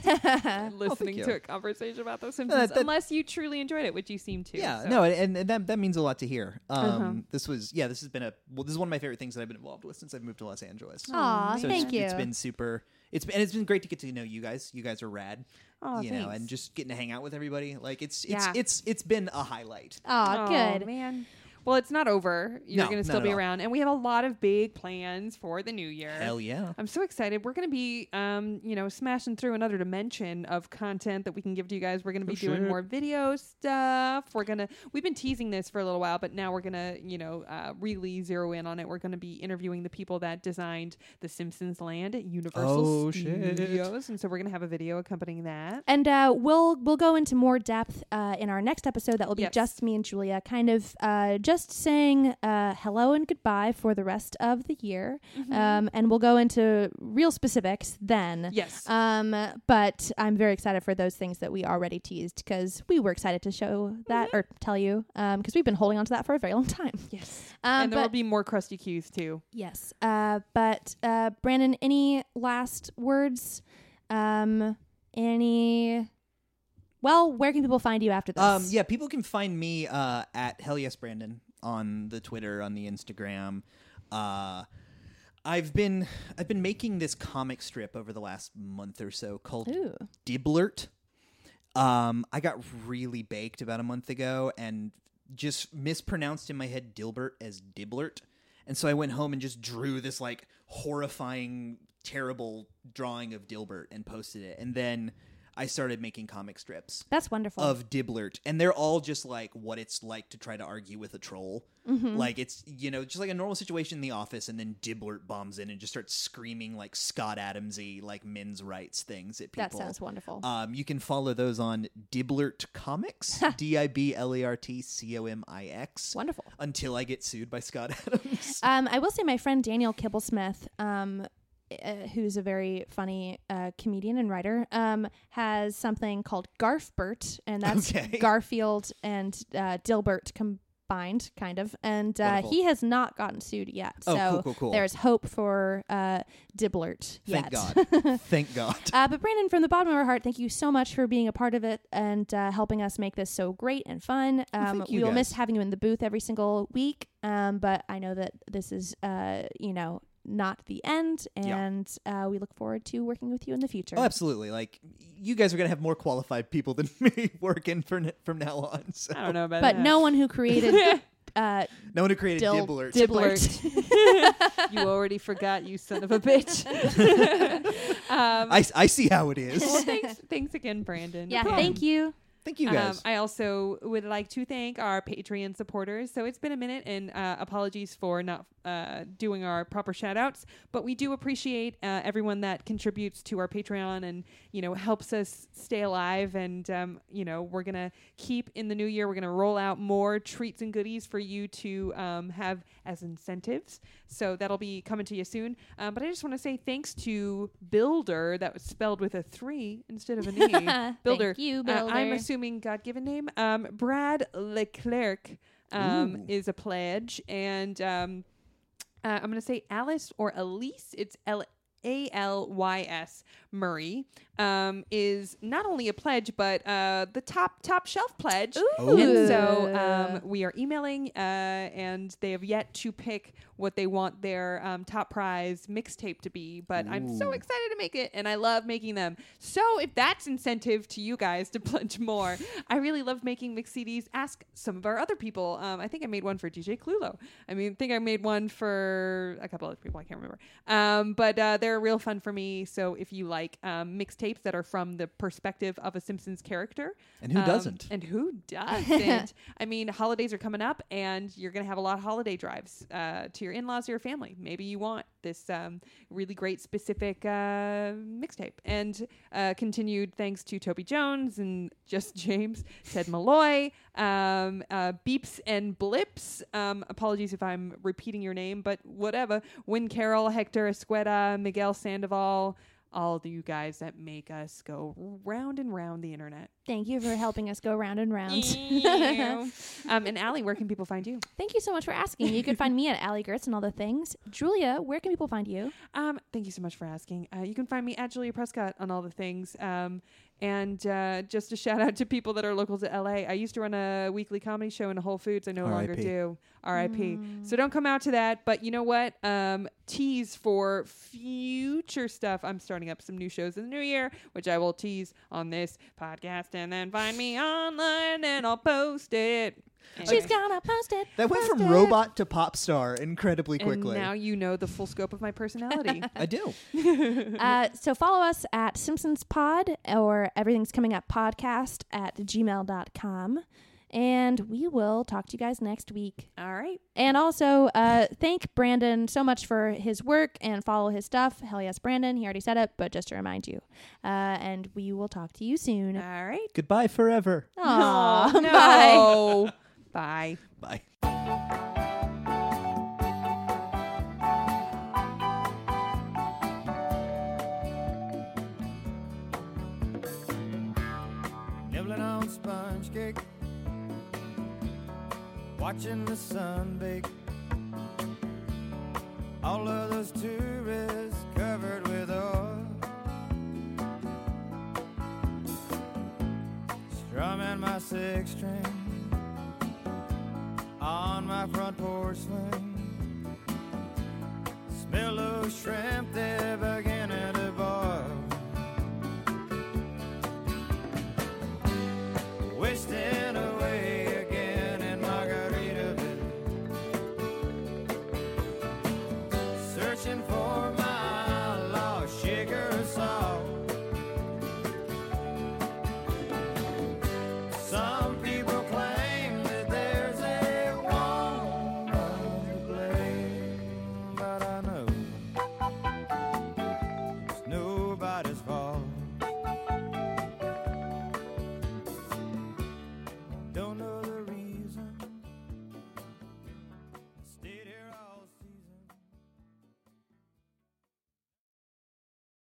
S2: listening
S3: Oh, you.
S2: to a conversation about those Simpsons,
S3: that-
S2: unless you truly enjoyed it, which you seem to.
S3: Yeah,
S2: so.
S3: no, and, and that that means a lot to hear. Um,
S2: Uh-huh.
S3: this was yeah, this has been a well, this is one of my favorite things that I've been involved with since I've moved to Los Angeles.
S1: Aw,
S3: so
S1: thank
S3: it's, It's
S1: you.
S3: been super. It's been, and it's been great to get to know you guys. You guys are rad.
S1: Aw,
S3: you know,
S1: thanks.
S3: and just getting to hang out with everybody. Like it's it's
S2: Yeah.
S3: it's it's been a highlight.
S1: Aw, good.
S2: Oh, man. Well, it's not over. You're
S3: No,
S2: going to
S3: not
S2: still
S3: at
S2: be
S3: all.
S2: around, and we have a lot of big plans for the new year.
S3: Hell yeah.
S2: I'm so excited. We're going to be, um, you know, smashing through another dimension of content that we can give to you guys. We're going to be
S13: Oh,
S2: doing
S13: shit.
S2: more video stuff. We're going to, we've been teasing this for a little while, but now we're going to, you know, uh, really zero in on it. We're going to be interviewing the people that designed The Simpsons Land at Universal
S13: Oh, shit.
S2: Studios. And so we're going to have a video accompanying that.
S1: And uh, we'll we'll go into more depth uh, in our next episode. That will be
S2: Yes.
S1: just me and Julia, kind of uh, just saying uh, hello and goodbye for the rest of the year,
S2: Mm-hmm.
S1: um, and we'll go into real specifics then.
S2: Yes.
S1: Um, but I'm very excited for those things that we already teased because we were excited to show that
S2: Mm-hmm.
S1: or tell you because we've been holding on to that for a very long time.
S2: Yes.
S1: Um,
S2: and there will
S1: but-
S2: be more Krusty Q's too.
S1: Yes. Uh, but uh, Brandon, any last words? Um, any? Well, where can people find you after this?
S3: Um, yeah, people can find me uh, at Hell Yes Brandon on the Twitter, on the Instagram. Uh, I've been I've been making this comic strip over the last month or so called
S1: Ooh.
S3: Diblert. Um, I got really baked about a month ago and just mispronounced in my head Dilbert as Diblert. And so I went home and just drew this like horrifying, terrible drawing of Dilbert and posted it. And then I started making comic strips
S1: That's wonderful.
S3: of Diblert, and they're all just like what it's like to try to argue with a troll.
S1: Mhm.
S3: Like it's you know just like a normal situation in the office, and then Diblert bombs in and just starts screaming like Scott Adamsy like men's rights things at people.
S1: That sounds wonderful.
S3: Um, you can follow those on Diblert
S1: *laughs*
S3: Comics, D I B L E R T C O M I X.
S1: Wonderful.
S3: Until I get sued by Scott *laughs* Adams.
S1: Um, I will say my friend Daniel Kibblesmith, um, uh, who's a very funny uh, comedian and writer, um, has something called Garfbert, and
S13: *laughs*
S1: that's
S13: Okay.
S1: Garfield and uh, Dilbert combined, kind of. And uh,
S13: Wonderful.
S1: he has not gotten sued yet,
S13: Oh,
S1: so
S13: cool, cool, cool.
S1: there's *laughs* hope for uh, Diblert
S3: Thank
S1: yet. *laughs*
S3: God. Thank God.
S1: Uh, but Brandon, from the bottom of our heart, thank you so much for being a part of it and uh, helping us make this so great and fun.
S13: Well,
S1: Um,
S13: thank
S1: we
S13: you
S1: will miss
S13: guys.
S1: having you in the booth every single week, um, but I know that this is, uh, you know, not the end,
S3: Yeah.
S1: and uh, we look forward to working with you in the future.
S3: Oh, absolutely! Like you guys are gonna have more qualified people than *laughs* me working for n- from now on. So.
S2: I don't know about
S1: But
S2: that.
S1: no one who
S13: *laughs*
S1: created. Uh,
S3: No one who created
S1: Dil-
S3: Diblert.
S2: Diblert. you already forgot, you son of a *laughs* bitch. um,
S3: I, I see how it is.
S2: *laughs* well, thanks, thanks again, Brandon.
S1: *laughs* Yeah, thank you.
S3: Thank you, guys.
S2: Um, I also would like to thank our Patreon supporters. So it's been a minute, and uh, apologies for not uh, doing our proper shout outs, but we do appreciate uh, everyone that contributes to our Patreon and, you know, helps us stay alive. And, um, you know, we're going to keep in the new year, we're going to roll out more treats and goodies for you to um, have as incentives. So that'll be coming to you soon. Um, but I just want to say thanks to Builder, that was spelled with a three instead of an
S3: *laughs*
S2: E.
S1: *laughs*
S2: Builder.
S1: Thank you,
S2: Uh, I'm
S1: Builder.
S2: assuming God given name. Um, Brad Leclerc um,
S1: Ooh.
S2: is a pledge. And um, uh, I'm going to say Alice or Elise. It's L. A L Y S Murray um, is not only a pledge, but uh, the top top shelf pledge.
S1: Ooh.
S2: And so um, we are emailing, uh, and they have yet to pick what they want their um, top prize mixtape to be. But I'm so
S13: Ooh.
S2: excited to make it, and I love making them. So if that's incentive to you guys to *laughs* pledge more, I really love making mix CDs. Ask some of our other people. Um, I think I made one for DJ Clulo. I mean, I think I made one for a couple other people. I can't remember. Um, but uh, they're real fun for me. So if you like um, mixtapes that are from the perspective of a Simpsons character,
S3: And who
S2: um,
S3: doesn't?
S2: and who doesn't? I mean, holidays are coming up, and you're going to have a lot of holiday drives uh, to your in laws or your family. Maybe you want this um, really great specific uh, mixtape. And uh, continued thanks to Toby Jones and Just *laughs* James, Ted Malloy, um, uh, Beeps and Blips. Um, apologies if I'm repeating your name, but whatever. Win Carroll, Hector Esqueda, Miguel Sandoval. All of you guys that make us go round and round the internet.
S1: Thank you for helping us go round and round. *laughs*
S2: Ew. um, and Allie, where can people find you?
S1: Thank you so much for asking. You can find me at Allie Gertz and all the things. Julia, where can people
S13: *laughs*
S1: find you?
S2: Um, thank you so much for asking. Uh, you can find me at Julia Prescott on all the things. Um, and uh, just a shout out to people that are local to LA. I used to run a weekly comedy show in a Whole Foods. I no longer
S13: R.I.P..
S2: do. R.I.P. So don't come out to that. But you know what? Um, tease for future stuff. I'm starting up some new shows in the new year, which I will tease on this podcast. And then find me online and I'll post it.
S1: She's gonna post it.
S3: that went from robot to pop star incredibly quickly.
S2: And now you know the full scope of my personality.
S3: I do.
S1: uh, so follow us at Simpsons Pod or Everything's Coming Up Podcast at gmail.com. And we will talk to you guys next week.
S2: *laughs* All right.
S1: And also, uh, thank Brandon so much for his work and follow his stuff. Hell yes, Brandon. He already said it, but just to remind you. Uh, and we will talk to you soon. All
S2: right.
S3: Goodbye forever.
S2: Oh.
S1: Aw,
S2: No, no. Bye.
S3: Bye.
S16: nibbling on sponge cake, watching the sun bake. All of those tourists covered with oil, strumming my six string on my front porch swing. Smell of shrimp there again.